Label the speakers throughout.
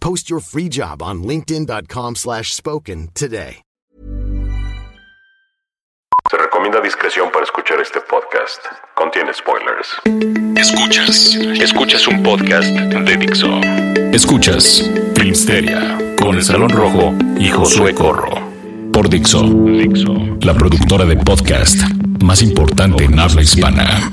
Speaker 1: Post your free job on linkedin.com/spoken slash spoken today.
Speaker 2: Se recomienda discreción para escuchar este podcast. Contiene spoilers.
Speaker 3: Escuchas, escuchas un podcast de Dixo. Escuchas Filmsteria con el Salón Rojo y Josué Corro. Por Dixo, Dixo, la productora de podcast más importante en habla hispana.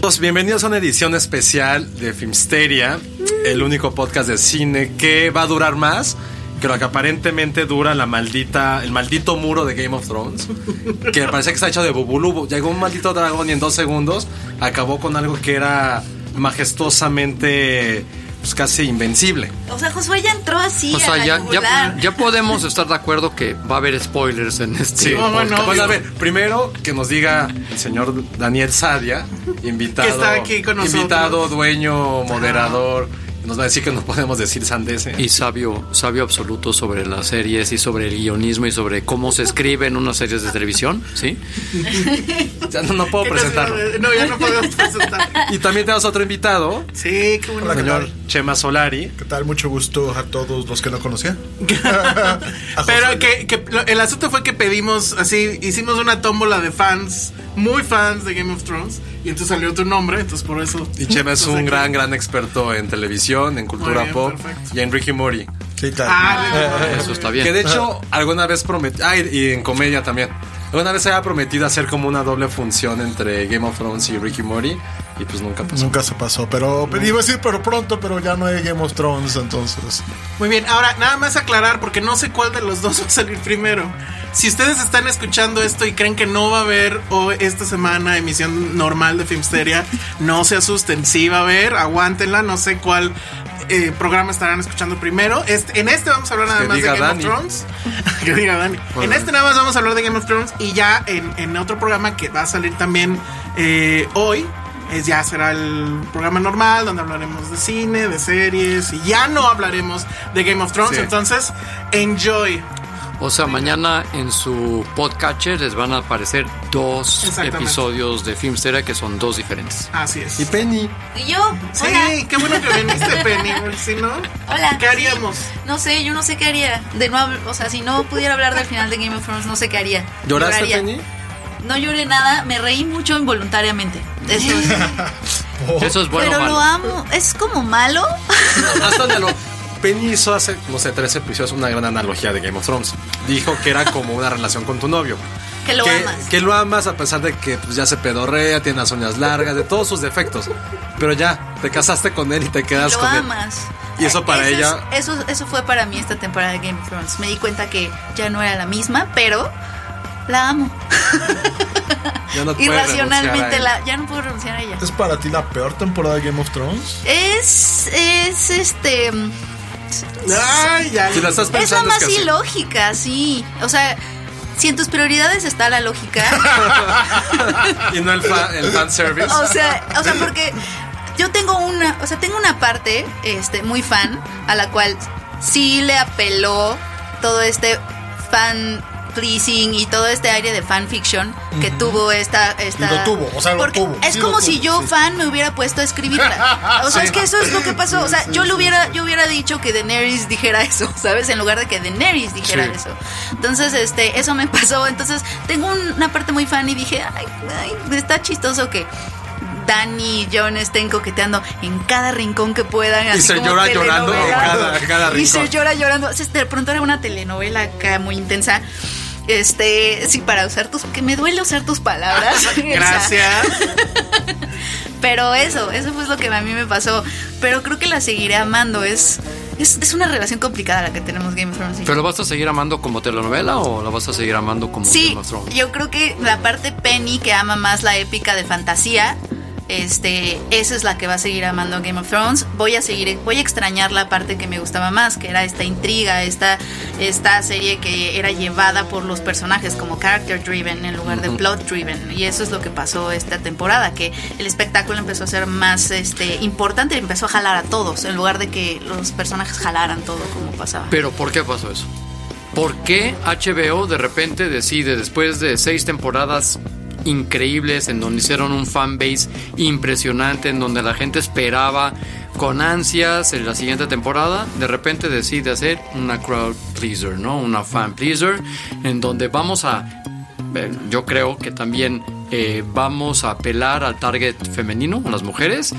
Speaker 4: Todos, Bienvenidos a una edición especial de Filmsteria, el único podcast de cine que va a durar más que lo que aparentemente dura la maldita, el maldito muro de Game of Thrones, que parece que está hecho de bubulú. Llegó un maldito dragón y en dos segundos acabó con algo que era majestuosamente pues, casi invencible.
Speaker 5: O sea, Josué ya entró así.
Speaker 6: O sea,
Speaker 5: a la
Speaker 6: ya,
Speaker 5: yugular.
Speaker 6: ya, ya podemos estar de acuerdo que va a haber spoilers en este.
Speaker 4: Sí,
Speaker 6: podcast.
Speaker 4: bueno, a ver, primero que nos diga el señor Daniel Sadia, invitado,
Speaker 7: Que está aquí con nosotros.
Speaker 4: invitado, dueño, moderador, que nos va a decir que no podemos decir sandeces.
Speaker 6: Y sabio, sabio absoluto sobre las series y sobre el guionismo y sobre cómo se escriben unas series de televisión, ¿sí?
Speaker 4: Ya no, no puedo
Speaker 7: ¿Qué tal,
Speaker 4: presentarlo.
Speaker 7: señor? eh, No, ya no podemos presentar.
Speaker 4: Y también tenemos otro invitado,
Speaker 7: Sí, qué bueno.
Speaker 4: el señor Chema Solari.
Speaker 8: ¿Qué tal? Mucho gusto a todos los que no conocía.
Speaker 7: Pero que, que lo- el asunto fue que pedimos, así, hicimos una tómbola de fans, muy fans de Game of Thrones, y entonces salió tu nombre, entonces por eso.
Speaker 4: Y Chema es
Speaker 7: Entonces
Speaker 4: un
Speaker 7: aquí-
Speaker 4: gran, gran experto en televisión, en cultura
Speaker 7: bien,
Speaker 4: pop
Speaker 7: perfecto.
Speaker 4: y en Ricky Mori.
Speaker 8: Sí, claro.
Speaker 7: Ah,
Speaker 6: Eso está
Speaker 4: Que
Speaker 6: bien.
Speaker 4: de hecho, alguna vez prometió. Ah, y- y en comedia también. Alguna vez se había prometido hacer como una doble función entre Game of Thrones y Ricky Mori. Y pues nunca pasó.
Speaker 8: Nunca se pasó, pero pero iba a decir pero pronto, pero ya no hay Game of Thrones, entonces.
Speaker 7: Muy bien, ahora nada más aclarar porque no sé cuál de los dos va a salir primero. Si ustedes están escuchando esto y creen que no va a haber hoy, esta semana emisión normal de Filmsteria, no se asusten, sí va a haber, aguántenla, no sé cuál eh, programa estarán escuchando primero. Este- en este vamos a hablar nada
Speaker 4: Que
Speaker 7: más de
Speaker 4: diga
Speaker 7: Game
Speaker 4: Dani.
Speaker 7: of Thrones. que diga Dani. En este nada más vamos a hablar de Game of Thrones y ya en, en otro programa que va a salir también eh, hoy. Es, ya será el programa normal donde hablaremos de cine, de series y ya no hablaremos de Game of Thrones.
Speaker 4: Sí.
Speaker 7: Entonces, enjoy.
Speaker 6: O sea, mañana en su podcatcher les van a aparecer dos
Speaker 7: Exactamente.
Speaker 6: episodios de Filmstera que son dos diferentes.
Speaker 7: Así es.
Speaker 4: Y Penny.
Speaker 5: Y yo,
Speaker 7: Sí,
Speaker 5: hola.
Speaker 7: qué bueno que viniste, Penny. Si no,
Speaker 5: Hola.
Speaker 7: ¿qué haríamos?
Speaker 5: Sí, no sé, yo no sé qué haría. De no, hab- o sea, si no pudiera hablar del final de Game of Thrones, no sé qué haría.
Speaker 4: ¿Lloraste,
Speaker 5: Lloraría.
Speaker 4: Penny?
Speaker 5: No lloré nada, me reí mucho involuntariamente. Eso es-
Speaker 6: Eso es bueno o
Speaker 5: pero lo
Speaker 6: malo.
Speaker 5: amo. Es como malo.
Speaker 4: Hasta donde lo- Penny hizo hace, no sé, tres episodios una gran analogía de Game of Thrones. Dijo que era como una relación con tu novio.
Speaker 5: Que lo
Speaker 4: que,
Speaker 5: amas.
Speaker 4: que lo amas a pesar de que pues, ya se pedorrea, tiene las uñas largas, de todos sus defectos. Pero ya, te casaste con él y te quedas
Speaker 5: lo
Speaker 4: con él.
Speaker 5: amas.
Speaker 4: Y eso para
Speaker 5: es-
Speaker 4: ella-
Speaker 5: eso, eso fue para mí esta temporada de Game of Thrones. Me di cuenta que ya no era la misma, pero la amo.
Speaker 4: Ya no puedes
Speaker 5: Irracionalmente
Speaker 4: renunciar a él.
Speaker 5: la, ya no puedo renunciar a ella.
Speaker 8: ¿Es para ti la peor temporada de Game of Thrones?
Speaker 5: Es, es este. mm,
Speaker 7: Ay, ya.
Speaker 4: Si la estás
Speaker 5: Es la
Speaker 4: pensando
Speaker 5: más
Speaker 4: es que sí.
Speaker 5: ilógica, sí. O sea, si en tus prioridades está la lógica.
Speaker 4: Y no el, fan el fanservice.
Speaker 5: o sea, o sea, porque yo tengo una, o sea, tengo una parte, este, muy fan, a la cual sí le apeló todo este fan pleasing y todo este aire de fanfiction que tuvo esta, esta
Speaker 8: Y lo tuvo, o sea, lo
Speaker 5: porque
Speaker 8: tuvo,
Speaker 5: es
Speaker 8: sí lo
Speaker 5: como si
Speaker 8: tuvo,
Speaker 5: yo
Speaker 8: sí.
Speaker 5: fan me hubiera puesto a escribirla o sea
Speaker 4: Sí.
Speaker 5: es que eso es lo que pasó o sea yo le hubiera yo hubiera dicho que Daenerys dijera eso sabes en lugar de que Daenerys dijera
Speaker 4: Sí.
Speaker 5: eso entonces este eso me pasó entonces tengo un- una parte muy fan y dije ay, ay, está chistoso que Dan y John estén coqueteando en cada rincón que puedan. así
Speaker 4: se
Speaker 5: como
Speaker 4: llora llorando en
Speaker 5: telenovela.
Speaker 4: cada- en cada
Speaker 5: Y se
Speaker 4: rincón.
Speaker 5: llora llorando. O sea, de pronto era una telenovela acá muy intensa. Este, sí, para usar tus. que me duele usar tus palabras. O sea,
Speaker 7: Gracias.
Speaker 5: pero eso, eso fue lo que a mí me pasó. Pero creo que la seguiré amando. Es, es, es una relación complicada la que tenemos Game of Thrones. y
Speaker 6: ¿Pero vas a seguir amando como telenovela o la vas a seguir amando como
Speaker 5: Sí,
Speaker 6: Game of Thrones?
Speaker 5: yo creo que la parte Penny que ama más la épica de fantasía, este, esa es la que va a seguir amando Game of Thrones. Voy a seguir, voy a extrañar la parte que me gustaba más, que era esta intriga, esta, esta serie que era llevada por los personajes como character driven en lugar de plot driven. Y eso es lo que pasó esta temporada, que el espectáculo empezó a ser más este, importante, empezó a jalar a todos, en lugar de que los personajes jalaran todo como pasaba.
Speaker 6: Pero ¿por qué pasó eso? ¿Por qué HBO de repente decide, después de seis temporadas increíbles, en donde hicieron un fanbase impresionante, en donde la gente esperaba con ansias en la siguiente temporada, de repente decide hacer una crowd pleaser, ¿no? Una fan pleaser, en donde vamos a... bueno, Yo creo que también eh, vamos a apelar al target femenino, a las mujeres.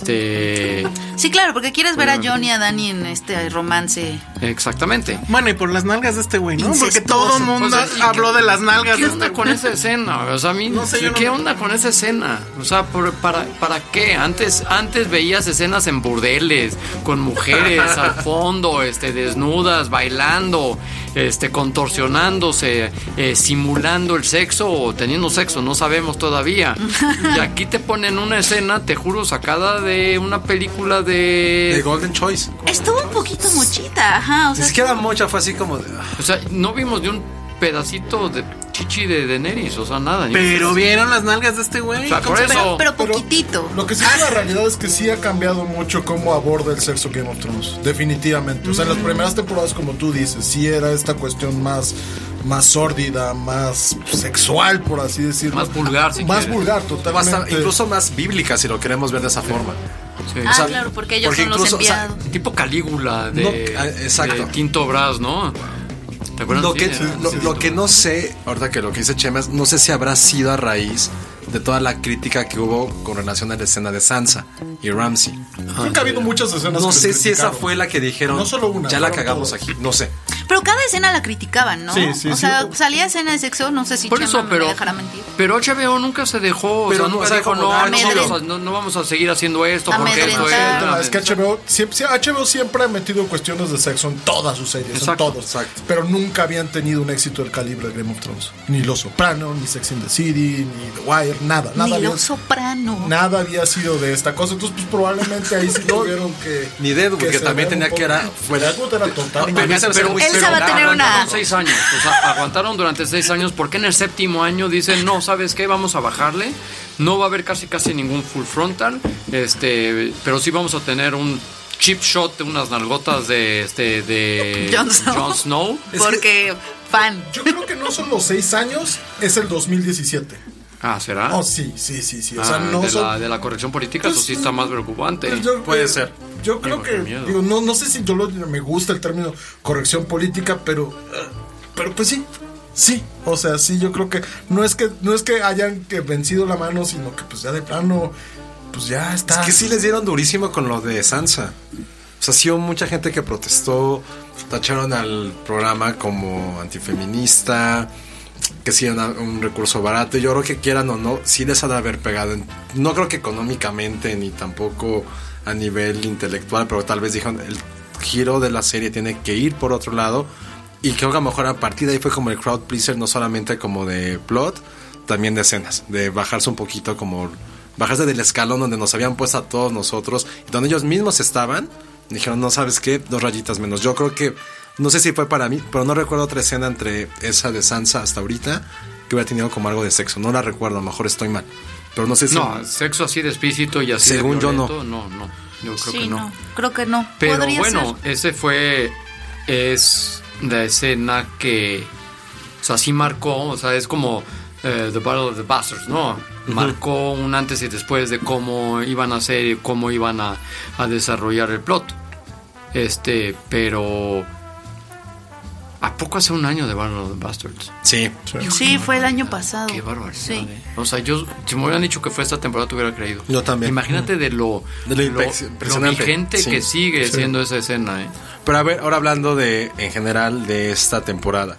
Speaker 6: Este,
Speaker 5: Sí, claro, porque quieres ver a Johnny y a Dani en este romance.
Speaker 6: exactamente.
Speaker 7: Bueno, y por las nalgas de este güey, ¿no? Porque
Speaker 5: Incestuoso.
Speaker 7: todo el mundo
Speaker 6: Pues, ¿y
Speaker 7: habló
Speaker 6: qué-
Speaker 7: de las nalgas
Speaker 6: ¿Qué
Speaker 7: de este
Speaker 6: onda con
Speaker 7: güey.
Speaker 6: esa escena? O sea, a mí,
Speaker 7: No sé, yo no-
Speaker 6: ¿qué onda con esa escena? O sea, ¿por- para, ¿para qué? Antes, antes veías escenas en burdeles, con mujeres al fondo, este, desnudas, bailando, este, contorsionándose, eh, simulando el sexo o teniendo sexo, no sabemos todavía. Y aquí te ponen una escena, te juro, sacada de una película
Speaker 4: De
Speaker 6: de...
Speaker 4: Golden Choice.
Speaker 5: Estuvo un poquito mochita, ajá. O
Speaker 4: Ni
Speaker 5: sea,
Speaker 4: siquiera Mocha fue así como de. ah,
Speaker 6: O sea, no vimos de un pedacito de chichi de Daenerys, o sea, nada. ni un
Speaker 7: Pero vieron las nalgas de este güey.
Speaker 6: O sea,
Speaker 7: ¿Cómo
Speaker 6: por
Speaker 7: se-
Speaker 6: eso-
Speaker 5: pero, pero
Speaker 8: Pero
Speaker 5: poquitito.
Speaker 8: Lo que sí es la realidad es que sí ha cambiado mucho cómo aborda el sexo Game of Thrones, definitivamente. O sea, en
Speaker 4: Mm.
Speaker 8: las primeras temporadas, como tú dices, sí era esta cuestión más, más sórdida, más sexual, por así decirlo.
Speaker 6: Más vulgar, si
Speaker 8: Más
Speaker 6: quieres.
Speaker 8: vulgar,
Speaker 4: más-
Speaker 8: totalmente.
Speaker 4: incluso más bíblica, si lo queremos ver de esa forma.
Speaker 6: Sí.
Speaker 5: ah,
Speaker 4: o sea,
Speaker 5: claro, porque ellos
Speaker 4: porque
Speaker 5: son
Speaker 4: incluso, o
Speaker 5: los
Speaker 4: sea,
Speaker 5: enviados.
Speaker 6: Tipo Calígula de,
Speaker 4: No, ah, exacto.
Speaker 6: de Quinto Bras, ¿no? ¿Te acuerdas?
Speaker 4: Lo
Speaker 6: Sí,
Speaker 4: que,
Speaker 6: era-
Speaker 4: lo,
Speaker 6: sí,
Speaker 4: lo
Speaker 6: sí.
Speaker 4: que no sé, ahorita que lo que dice Chema, es, no sé si habrá sido a raíz de toda la crítica que hubo con relación a la escena de Sansa y Ramsey.
Speaker 8: Creo que ha
Speaker 4: Ah,
Speaker 8: habido muchas escenas.
Speaker 4: No
Speaker 8: que
Speaker 4: sé si esa
Speaker 8: criticaron.
Speaker 4: fue la que dijeron.
Speaker 8: No solo una,
Speaker 4: Ya la
Speaker 8: fueron
Speaker 4: cagamos
Speaker 8: todas.
Speaker 4: aquí. No sé.
Speaker 5: Pero cada escena la criticaban, ¿no?
Speaker 8: Sí, sí,
Speaker 5: o
Speaker 8: sí.
Speaker 5: sea, salía escena de sexo, no sé si
Speaker 6: Por
Speaker 5: Chema
Speaker 6: eso,
Speaker 5: me
Speaker 6: pero,
Speaker 5: dejará mentir.
Speaker 6: pero HBO nunca se dejó,
Speaker 4: Pero
Speaker 6: o sea,
Speaker 4: no,
Speaker 6: nunca
Speaker 4: o sea,
Speaker 6: dijo,
Speaker 4: como
Speaker 6: no,
Speaker 4: nada,
Speaker 6: no,
Speaker 5: no
Speaker 6: vamos
Speaker 5: solo-
Speaker 6: a, no- no vamos a seguir haciendo esto porque esto
Speaker 5: Amedrentar.
Speaker 6: es...
Speaker 8: Ah, es que HBO siempre, sí, HBO siempre ha metido cuestiones de sexo en todas sus series,
Speaker 6: Exacto,
Speaker 8: en todos.
Speaker 4: exacto.
Speaker 8: Pero nunca habían tenido un éxito del calibre de Game of Thrones. Ni Los Soprano, ni Sex in the City, ni The Wire, nada. nada
Speaker 5: Ni
Speaker 8: había-
Speaker 5: los soprano.
Speaker 8: nada había sido de esta cosa. Entonces, pues probablemente ahí sí tuvieron que.
Speaker 4: Ni Deadwood, que también tenía que era-
Speaker 8: Fue Deadwood era total.
Speaker 4: Pero-
Speaker 8: Pero,
Speaker 4: pero-
Speaker 5: Elsa va a
Speaker 6: ya
Speaker 5: tener una-
Speaker 6: aguantaron seis años, o sea, aguantaron durante seis años. ¿Por qué en el séptimo año dicen, no, sabes qué, vamos a bajarle? No va a haber casi casi ningún full frontal, este, pero sí vamos a tener un chip shot de unas nalgotas de, este, de
Speaker 5: Jon Snow.
Speaker 6: Jon Snow.
Speaker 5: Porque fan.
Speaker 8: yo creo que no son los seis años, es el 2017.
Speaker 6: Ah, ¿será?
Speaker 8: Oh, sí, sí, sí, sí. O sea,
Speaker 6: Ah,
Speaker 8: no
Speaker 6: de,
Speaker 8: son-
Speaker 6: la, de la corrección política, eso
Speaker 8: Pues,
Speaker 6: sí está más preocupante.
Speaker 8: Pues yo-
Speaker 4: Puede
Speaker 8: eh,
Speaker 4: ser.
Speaker 8: Yo creo
Speaker 6: Digo,
Speaker 8: que.
Speaker 6: qué miedo.
Speaker 8: digo, no, no sé si yo lo- me gusta el término corrección política, pero. eh, Pero pues sí. Sí, o sea, sí, yo creo que no es que no es que hayan que vencido la mano, sino que pues ya de plano, pues ya
Speaker 4: Es
Speaker 8: está.
Speaker 4: que sí les dieron durísimo con lo de Sansa. O sea, sí hubo mucha gente que protestó, tacharon al programa como antifeminista, que sí era un recurso barato. Yo creo que quieran o no, sí les ha de haber pegado. en- No creo que económicamente ni tampoco a nivel intelectual, pero tal vez dijeron el giro de la serie tiene que ir por otro lado. Y creo que a lo mejor a partir de ahí fue como el crowd pleaser, no solamente como de plot, también de escenas, de bajarse un poquito como bajarse del escalón donde nos habían puesto a todos nosotros, y donde ellos mismos estaban, dijeron, no sabes qué, dos rayitas menos. Yo creo que, no sé si fue para mí, pero no recuerdo otra escena entre esa de Sansa hasta ahorita que hubiera tenido como algo de sexo. No la recuerdo, a lo mejor estoy mal. Pero no sé si...
Speaker 6: No, sexo así de explícito y así de
Speaker 4: Según yo, no.
Speaker 6: violento, no. No, yo creo
Speaker 5: Sí,
Speaker 6: que
Speaker 5: no. Creo que no.
Speaker 6: Pero
Speaker 5: Podría
Speaker 6: bueno, eh,
Speaker 5: ser.
Speaker 6: ese fue. Es la escena que. O sea, sí marcó. O sea, es como eh, The Battle of the Bastards, ¿no? Marcó un antes y después de cómo iban a hacer y cómo iban a, a desarrollar el plot. Este, pero. ¿A poco hace un año de Battle of the Bastards?
Speaker 4: Sí.
Speaker 5: Sí, fue el año pasado.
Speaker 6: Qué barbaridad.
Speaker 5: Sí.
Speaker 6: eh. O sea, yo, si me hubieran dicho que fue esta temporada, te hubiera creído.
Speaker 4: Yo también.
Speaker 6: Imagínate de lo,
Speaker 4: De lo
Speaker 6: lo-
Speaker 4: impec-
Speaker 6: lo
Speaker 4: impresionante.
Speaker 6: vigente
Speaker 4: Sí.
Speaker 6: que sigue siendo esa escena, ¿eh?
Speaker 4: Pero a ver, ahora hablando de, en general, de esta temporada.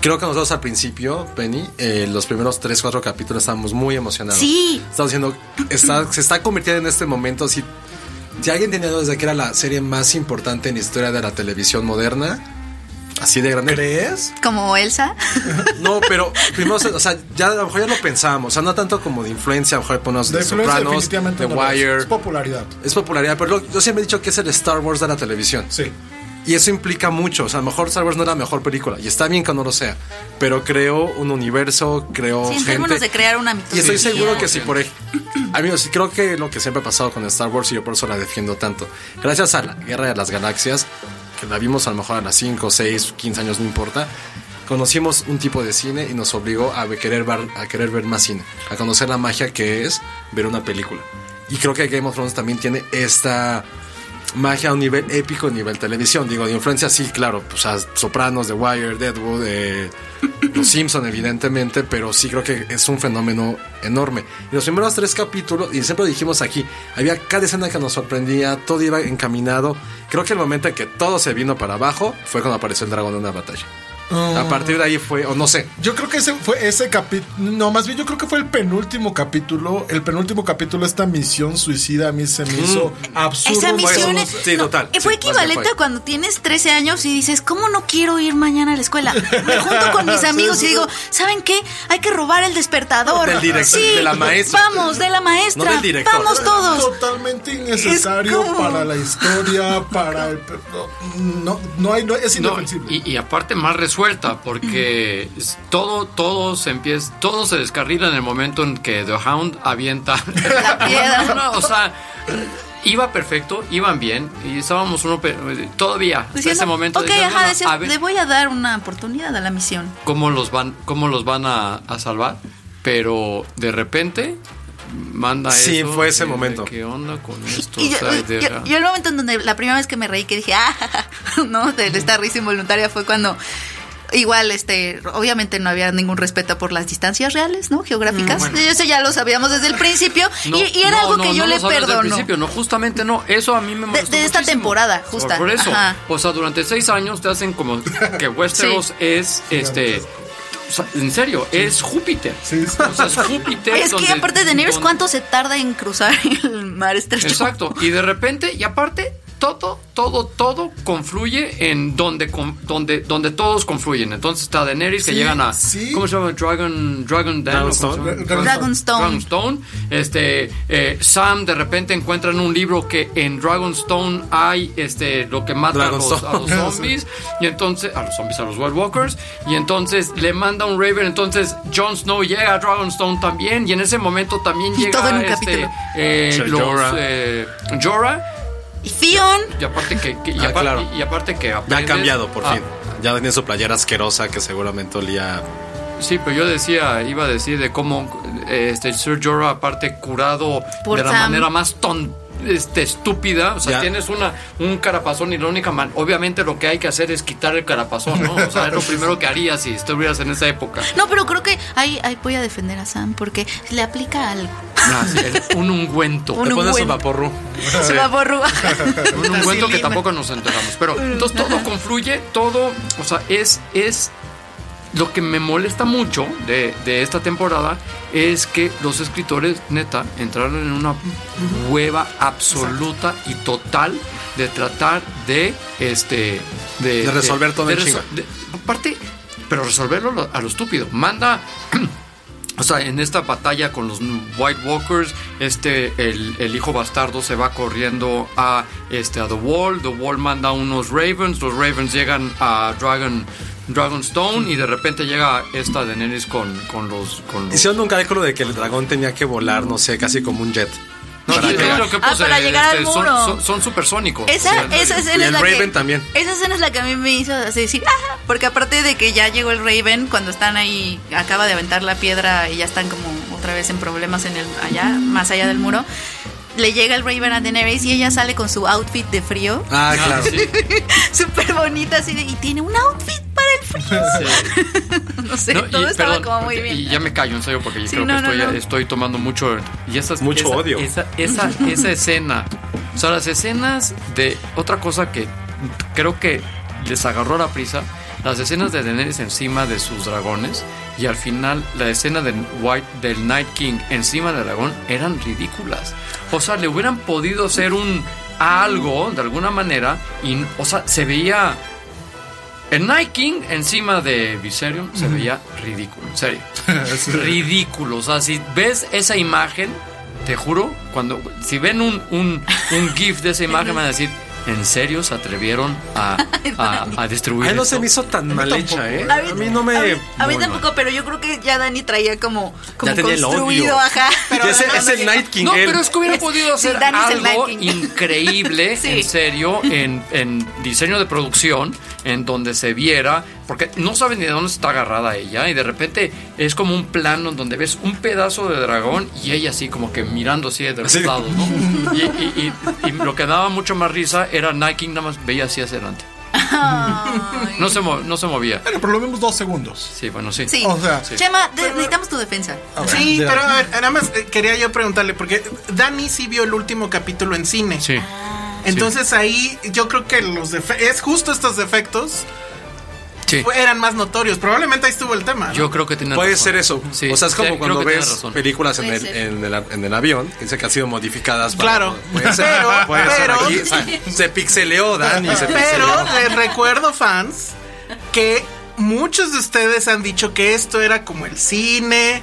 Speaker 4: Creo que nosotros al principio, Penny, eh, los primeros 3, 4 capítulos estábamos muy emocionados.
Speaker 5: Sí.
Speaker 4: Estamos diciendo, está, se está convirtiendo en este momento, si, si alguien tenía dudas de que era la serie más importante en la historia de la televisión moderna, así de grande.
Speaker 8: ¿Crees?
Speaker 5: Como Elsa.
Speaker 4: No, pero primero, o sea, ya a lo mejor ya lo pensábamos, o sea, no tanto como de influencia, a lo mejor ponemos
Speaker 8: De
Speaker 4: de
Speaker 8: influencia
Speaker 4: Sopranos,
Speaker 8: definitivamente
Speaker 4: The
Speaker 8: no lo es.
Speaker 4: Wire.
Speaker 8: Es popularidad.
Speaker 4: Es popularidad, pero lo- yo siempre he dicho que es el Star Wars de la televisión.
Speaker 8: Sí.
Speaker 4: Y eso implica mucho. O sea, a lo mejor Star Wars no es la mejor película. Y está bien que no lo sea. Pero creó un universo, creó
Speaker 5: Sí, en
Speaker 4: gente.
Speaker 5: términos de crear una mitología.
Speaker 4: y estoy seguro que si por ejemplo. Amigos, creo que lo que siempre ha pasado con Star Wars, y yo por eso la defiendo tanto. Gracias a la Guerra de las Galaxias, que la vimos a lo mejor a las 5, 6, 15 años, no importa. Conocimos un tipo de cine y nos obligó a querer, ver, a querer ver más cine, a conocer la magia que es ver una película. Y creo que Game of Thrones también tiene esta magia a un nivel épico, a nivel televisión. Digo, de influencia sí, claro. O sea, Sopranos, The Wire, Deadwood, eh, Los Simpson, evidentemente, pero sí creo que es un fenómeno enorme. Y los primeros tres capítulos, y siempre lo dijimos aquí, había cada escena que nos sorprendía, todo iba encaminado. Creo que el momento en que todo se vino para abajo fue cuando apareció el dragón en una batalla. A
Speaker 6: Ah.
Speaker 4: partir de ahí fue, o no sé,
Speaker 8: Yo creo que ese fue ese capítulo. No, más bien yo creo que fue el penúltimo capítulo. El penúltimo capítulo, esta misión suicida, a mí se me hizo absurdo.
Speaker 5: Esa misión
Speaker 8: Bueno,
Speaker 5: es,
Speaker 4: sí,
Speaker 5: no,
Speaker 4: total,
Speaker 5: eh, fue
Speaker 4: sí, más
Speaker 5: equivalente
Speaker 4: bien
Speaker 5: a cuando tienes 13 años y dices, ¿cómo no quiero ir mañana a la escuela? Me junto con mis amigos
Speaker 8: Sí,
Speaker 5: y
Speaker 8: sí.
Speaker 5: digo, ¿saben qué? Hay que robar el despertador.
Speaker 4: Del director,
Speaker 5: Sí,
Speaker 4: de la maestra.
Speaker 5: Vamos, de la maestra.
Speaker 4: No del director.
Speaker 5: Vamos todos.
Speaker 8: Totalmente innecesario
Speaker 5: Es como-
Speaker 8: para la historia, para el. No, no hay, no, es
Speaker 6: No,
Speaker 8: inofensible.
Speaker 6: y, y aparte más resuelta, porque es- todo, todo se empieza, todo se descarrila en el momento en que The Hound avienta
Speaker 5: La piedra.
Speaker 6: No, no, o sea, iba perfecto, iban bien, y estábamos uno pe- todavía hasta
Speaker 5: Diciendo,
Speaker 6: ese momento.
Speaker 5: ok,
Speaker 6: decías,
Speaker 5: ajá,
Speaker 6: bueno,
Speaker 5: decías,
Speaker 6: a ver
Speaker 5: le voy a dar una oportunidad a la misión.
Speaker 6: cómo los van, cómo los van a, a salvar, pero de repente manda
Speaker 4: Sí,
Speaker 6: eso
Speaker 4: fue ese
Speaker 6: de-
Speaker 4: momento.
Speaker 6: de ¿Qué onda con esto?
Speaker 5: Y
Speaker 6: O
Speaker 5: yo,
Speaker 6: sea, de-
Speaker 5: yo- yo el momento en donde la primera vez que me reí que dije, ah, no, de esta risa involuntaria fue cuando igual, este, obviamente no había ningún respeto por las distancias reales, ¿no? Geográficas. Eso ya lo sabíamos desde el principio
Speaker 6: Mm, No,
Speaker 5: y, y era
Speaker 6: no,
Speaker 5: algo
Speaker 6: no,
Speaker 5: que yo
Speaker 6: no
Speaker 5: le
Speaker 6: lo sabes desde el
Speaker 5: perdono.
Speaker 6: principio, no, justamente no. Eso a mí me molestó
Speaker 5: de esta
Speaker 6: muchísimo.
Speaker 5: temporada, justa,
Speaker 6: Por eso.
Speaker 5: ajá.
Speaker 6: O sea, durante seis años te hacen como que Westeros
Speaker 5: Sí.
Speaker 6: es este. o sea, en serio, es Júpiter.
Speaker 8: Sí, sí.
Speaker 6: O sea, es Júpiter.
Speaker 5: Es que
Speaker 6: donde-
Speaker 5: aparte de Nieves,
Speaker 6: donde-
Speaker 5: ¿cuánto se tarda en cruzar el mar estrecho?
Speaker 6: Exacto. Y de repente, y aparte, todo, todo, todo confluye en donde, con- donde, donde todos confluyen. Entonces está Daenerys que
Speaker 8: Sí,
Speaker 6: llegan a.
Speaker 8: sí.
Speaker 6: ¿Cómo se llama? Dragon. Dragon Dan, ¿o cómo se llama?
Speaker 8: Dragonstone.
Speaker 5: Dragonstone.
Speaker 6: Dragonstone. Este. eh, Sam de repente encuentra en un libro que en Dragonstone hay este lo que mata a los, a los
Speaker 4: Dragonstone.
Speaker 6: zombies. Y entonces. A los zombies, a los White Walkers. Y entonces le manda un Raven. Entonces Jon Snow llega a Dragonstone también. Y en ese momento también
Speaker 5: Y
Speaker 6: llega.
Speaker 5: todo en un
Speaker 6: este,
Speaker 5: capítulo.
Speaker 6: eh,
Speaker 4: Ser
Speaker 6: los,
Speaker 4: Jorah.
Speaker 6: eh, Jorah.
Speaker 5: Y Fion,
Speaker 6: Y aparte que, que- y
Speaker 4: Ah,
Speaker 6: apar-
Speaker 4: claro.
Speaker 6: y aparte que
Speaker 4: ya ha
Speaker 6: aprendes-
Speaker 4: cambiado por
Speaker 6: Ah,
Speaker 4: fin. Ya tenía su playera asquerosa que seguramente olía.
Speaker 6: Sí, pero yo decía, iba a decir de cómo eh, este Sir Jorah aparte curado
Speaker 5: Por
Speaker 6: de la
Speaker 5: Sam.
Speaker 6: manera más ton, este, estúpida, o sea,
Speaker 4: Ya.
Speaker 6: tienes una un carapazón y la única man- obviamente lo que hay que hacer es quitar el carapazón, ¿no? O sea, es lo primero que harías si estuvieras en esa época.
Speaker 5: No, pero creo que ahí, ahí voy a defender a Sam porque le aplica algo.
Speaker 6: Ah, sí, el- un ungüento.
Speaker 5: Un
Speaker 4: Le pones su
Speaker 5: ungüento.
Speaker 4: vaporru.
Speaker 5: Se va por Rúa.
Speaker 6: un ungüento que
Speaker 5: Vaselina.
Speaker 6: tampoco nos enteramos. Pero entonces todo confluye, todo, o sea, es, es lo que me molesta mucho de, de esta temporada es que los escritores, neta, entraron en una hueva absoluta y total de tratar de, este, de,
Speaker 4: De resolver todo en
Speaker 6: reso-
Speaker 4: chinga.
Speaker 6: de- aparte, pero resolverlo lo- a lo estúpido. Manda o sea, en esta batalla con los White Walkers, este, el, el hijo bastardo se va corriendo a, este, a The Wall. The Wall manda unos Ravens. Los Ravens llegan a Dragon, Dragonstone y de repente llega esta Daenerys con, con los... Con los-
Speaker 4: Hicieron un cálculo de que el dragón tenía que volar, no sé, casi como un jet.
Speaker 6: No,
Speaker 4: Para
Speaker 6: yo
Speaker 4: llegar.
Speaker 6: lo que
Speaker 5: Ah,
Speaker 6: puse, este,
Speaker 5: para llegar al
Speaker 6: son-
Speaker 5: muro.
Speaker 6: Son, son supersónicos. O
Speaker 5: Esa,
Speaker 6: sea,
Speaker 5: esa escena
Speaker 4: Y
Speaker 5: es
Speaker 4: el
Speaker 5: la
Speaker 4: Raven
Speaker 5: que,
Speaker 4: también.
Speaker 5: Esa escena es la que a mí me hizo así decir, "Ah", porque aparte de que ya llegó el Raven cuando están ahí, acaba de aventar la piedra y ya están como otra vez en problemas en el allá, más allá del muro. Le llega el Raven a Daenerys y ella sale con su outfit de frío,
Speaker 4: Ah, claro.
Speaker 6: sí.
Speaker 5: súper bonita así de- y tiene un outfit para el No sé,
Speaker 6: No,
Speaker 5: todo estaba
Speaker 6: perdón,
Speaker 5: como muy bien.
Speaker 6: Y ya me callo en serio porque yo
Speaker 5: Sí,
Speaker 6: creo
Speaker 5: no,
Speaker 6: que
Speaker 5: no,
Speaker 6: estoy,
Speaker 5: no.
Speaker 6: estoy tomando mucho. Y esas,
Speaker 4: Mucho
Speaker 6: esa-
Speaker 4: odio.
Speaker 6: Esa, esa, esa escena. O sea, las escenas de. Otra cosa que creo que les agarró la prisa. Las escenas de Daenerys encima de sus dragones. Y al final, la escena de White, del Night King encima del dragón eran ridículas. O sea, le hubieran podido hacer un algo de alguna manera. Y, o sea, se veía. El Night King encima de Viserion se veía ridículo, en serio. ridículo. O sea, si ves esa imagen, te juro, cuando si ven un, un, un GIF de esa imagen van a decir, ¿en serio se atrevieron a, a, a distribuir?
Speaker 4: Ay, no
Speaker 6: esto?"
Speaker 4: se me hizo tan mal hecha, ¿eh?
Speaker 5: A mí,
Speaker 4: A mí no
Speaker 5: a
Speaker 4: me.
Speaker 5: mí- a mí
Speaker 6: muy
Speaker 5: tampoco, pero yo creo que ya Dani traía como, como
Speaker 4: Ya tenía el
Speaker 5: construido,
Speaker 4: odio.
Speaker 5: ajá.
Speaker 4: Pero ese es el Night King.
Speaker 6: No,
Speaker 4: él.
Speaker 6: pero es que hubiera podido
Speaker 5: Sí,
Speaker 6: hacer
Speaker 5: Dani es el
Speaker 6: algo
Speaker 5: Night King.
Speaker 6: increíble,
Speaker 5: Sí.
Speaker 6: en serio, en, en diseño de producción, en donde se viera, porque no saben ni de dónde está agarrada ella, y de repente es como un plano en donde ves un pedazo de dragón y ella así como que mirando así de los
Speaker 4: Sí.
Speaker 6: lados, ¿no? Y, y- y- y lo que daba mucho más risa era Night King nada más veía así hacia adelante. No se, mo- no se movía.
Speaker 8: Bueno, pero lo vimos dos segundos.
Speaker 6: Sí, bueno, sí.
Speaker 5: Sí.
Speaker 8: O sea,
Speaker 5: Chema, de- necesitamos tu defensa.
Speaker 7: Sí,
Speaker 8: Ya.
Speaker 7: pero a ver, nada más eh, quería yo preguntarle, porque Dani sí vio el último capítulo en cine.
Speaker 6: Sí.
Speaker 5: Ah.
Speaker 7: Entonces ahí yo creo que los defe- es justo estos defectos
Speaker 6: Sí.
Speaker 7: fue- eran más notorios. Probablemente ahí estuvo el tema. ¿no?
Speaker 6: Yo creo que tiene
Speaker 4: Puede
Speaker 6: razón.
Speaker 4: ser eso.
Speaker 6: Sí,
Speaker 4: o sea, es
Speaker 6: sí,
Speaker 4: como
Speaker 6: creo
Speaker 4: cuando
Speaker 6: que tiene
Speaker 4: ves
Speaker 6: razón.
Speaker 4: películas en
Speaker 5: Puede
Speaker 4: el,
Speaker 5: ser.
Speaker 4: en, el, en el avión, que dice que han sido modificadas. para-
Speaker 7: Claro.
Speaker 4: puede ser,
Speaker 7: Pero-
Speaker 4: puede ser
Speaker 7: pero-
Speaker 4: aquí, o sea, se pixeleó, Dani. Se
Speaker 7: Pero
Speaker 4: pixeleó.
Speaker 7: les recuerdo, fans, que muchos de ustedes han dicho que esto era como el cine,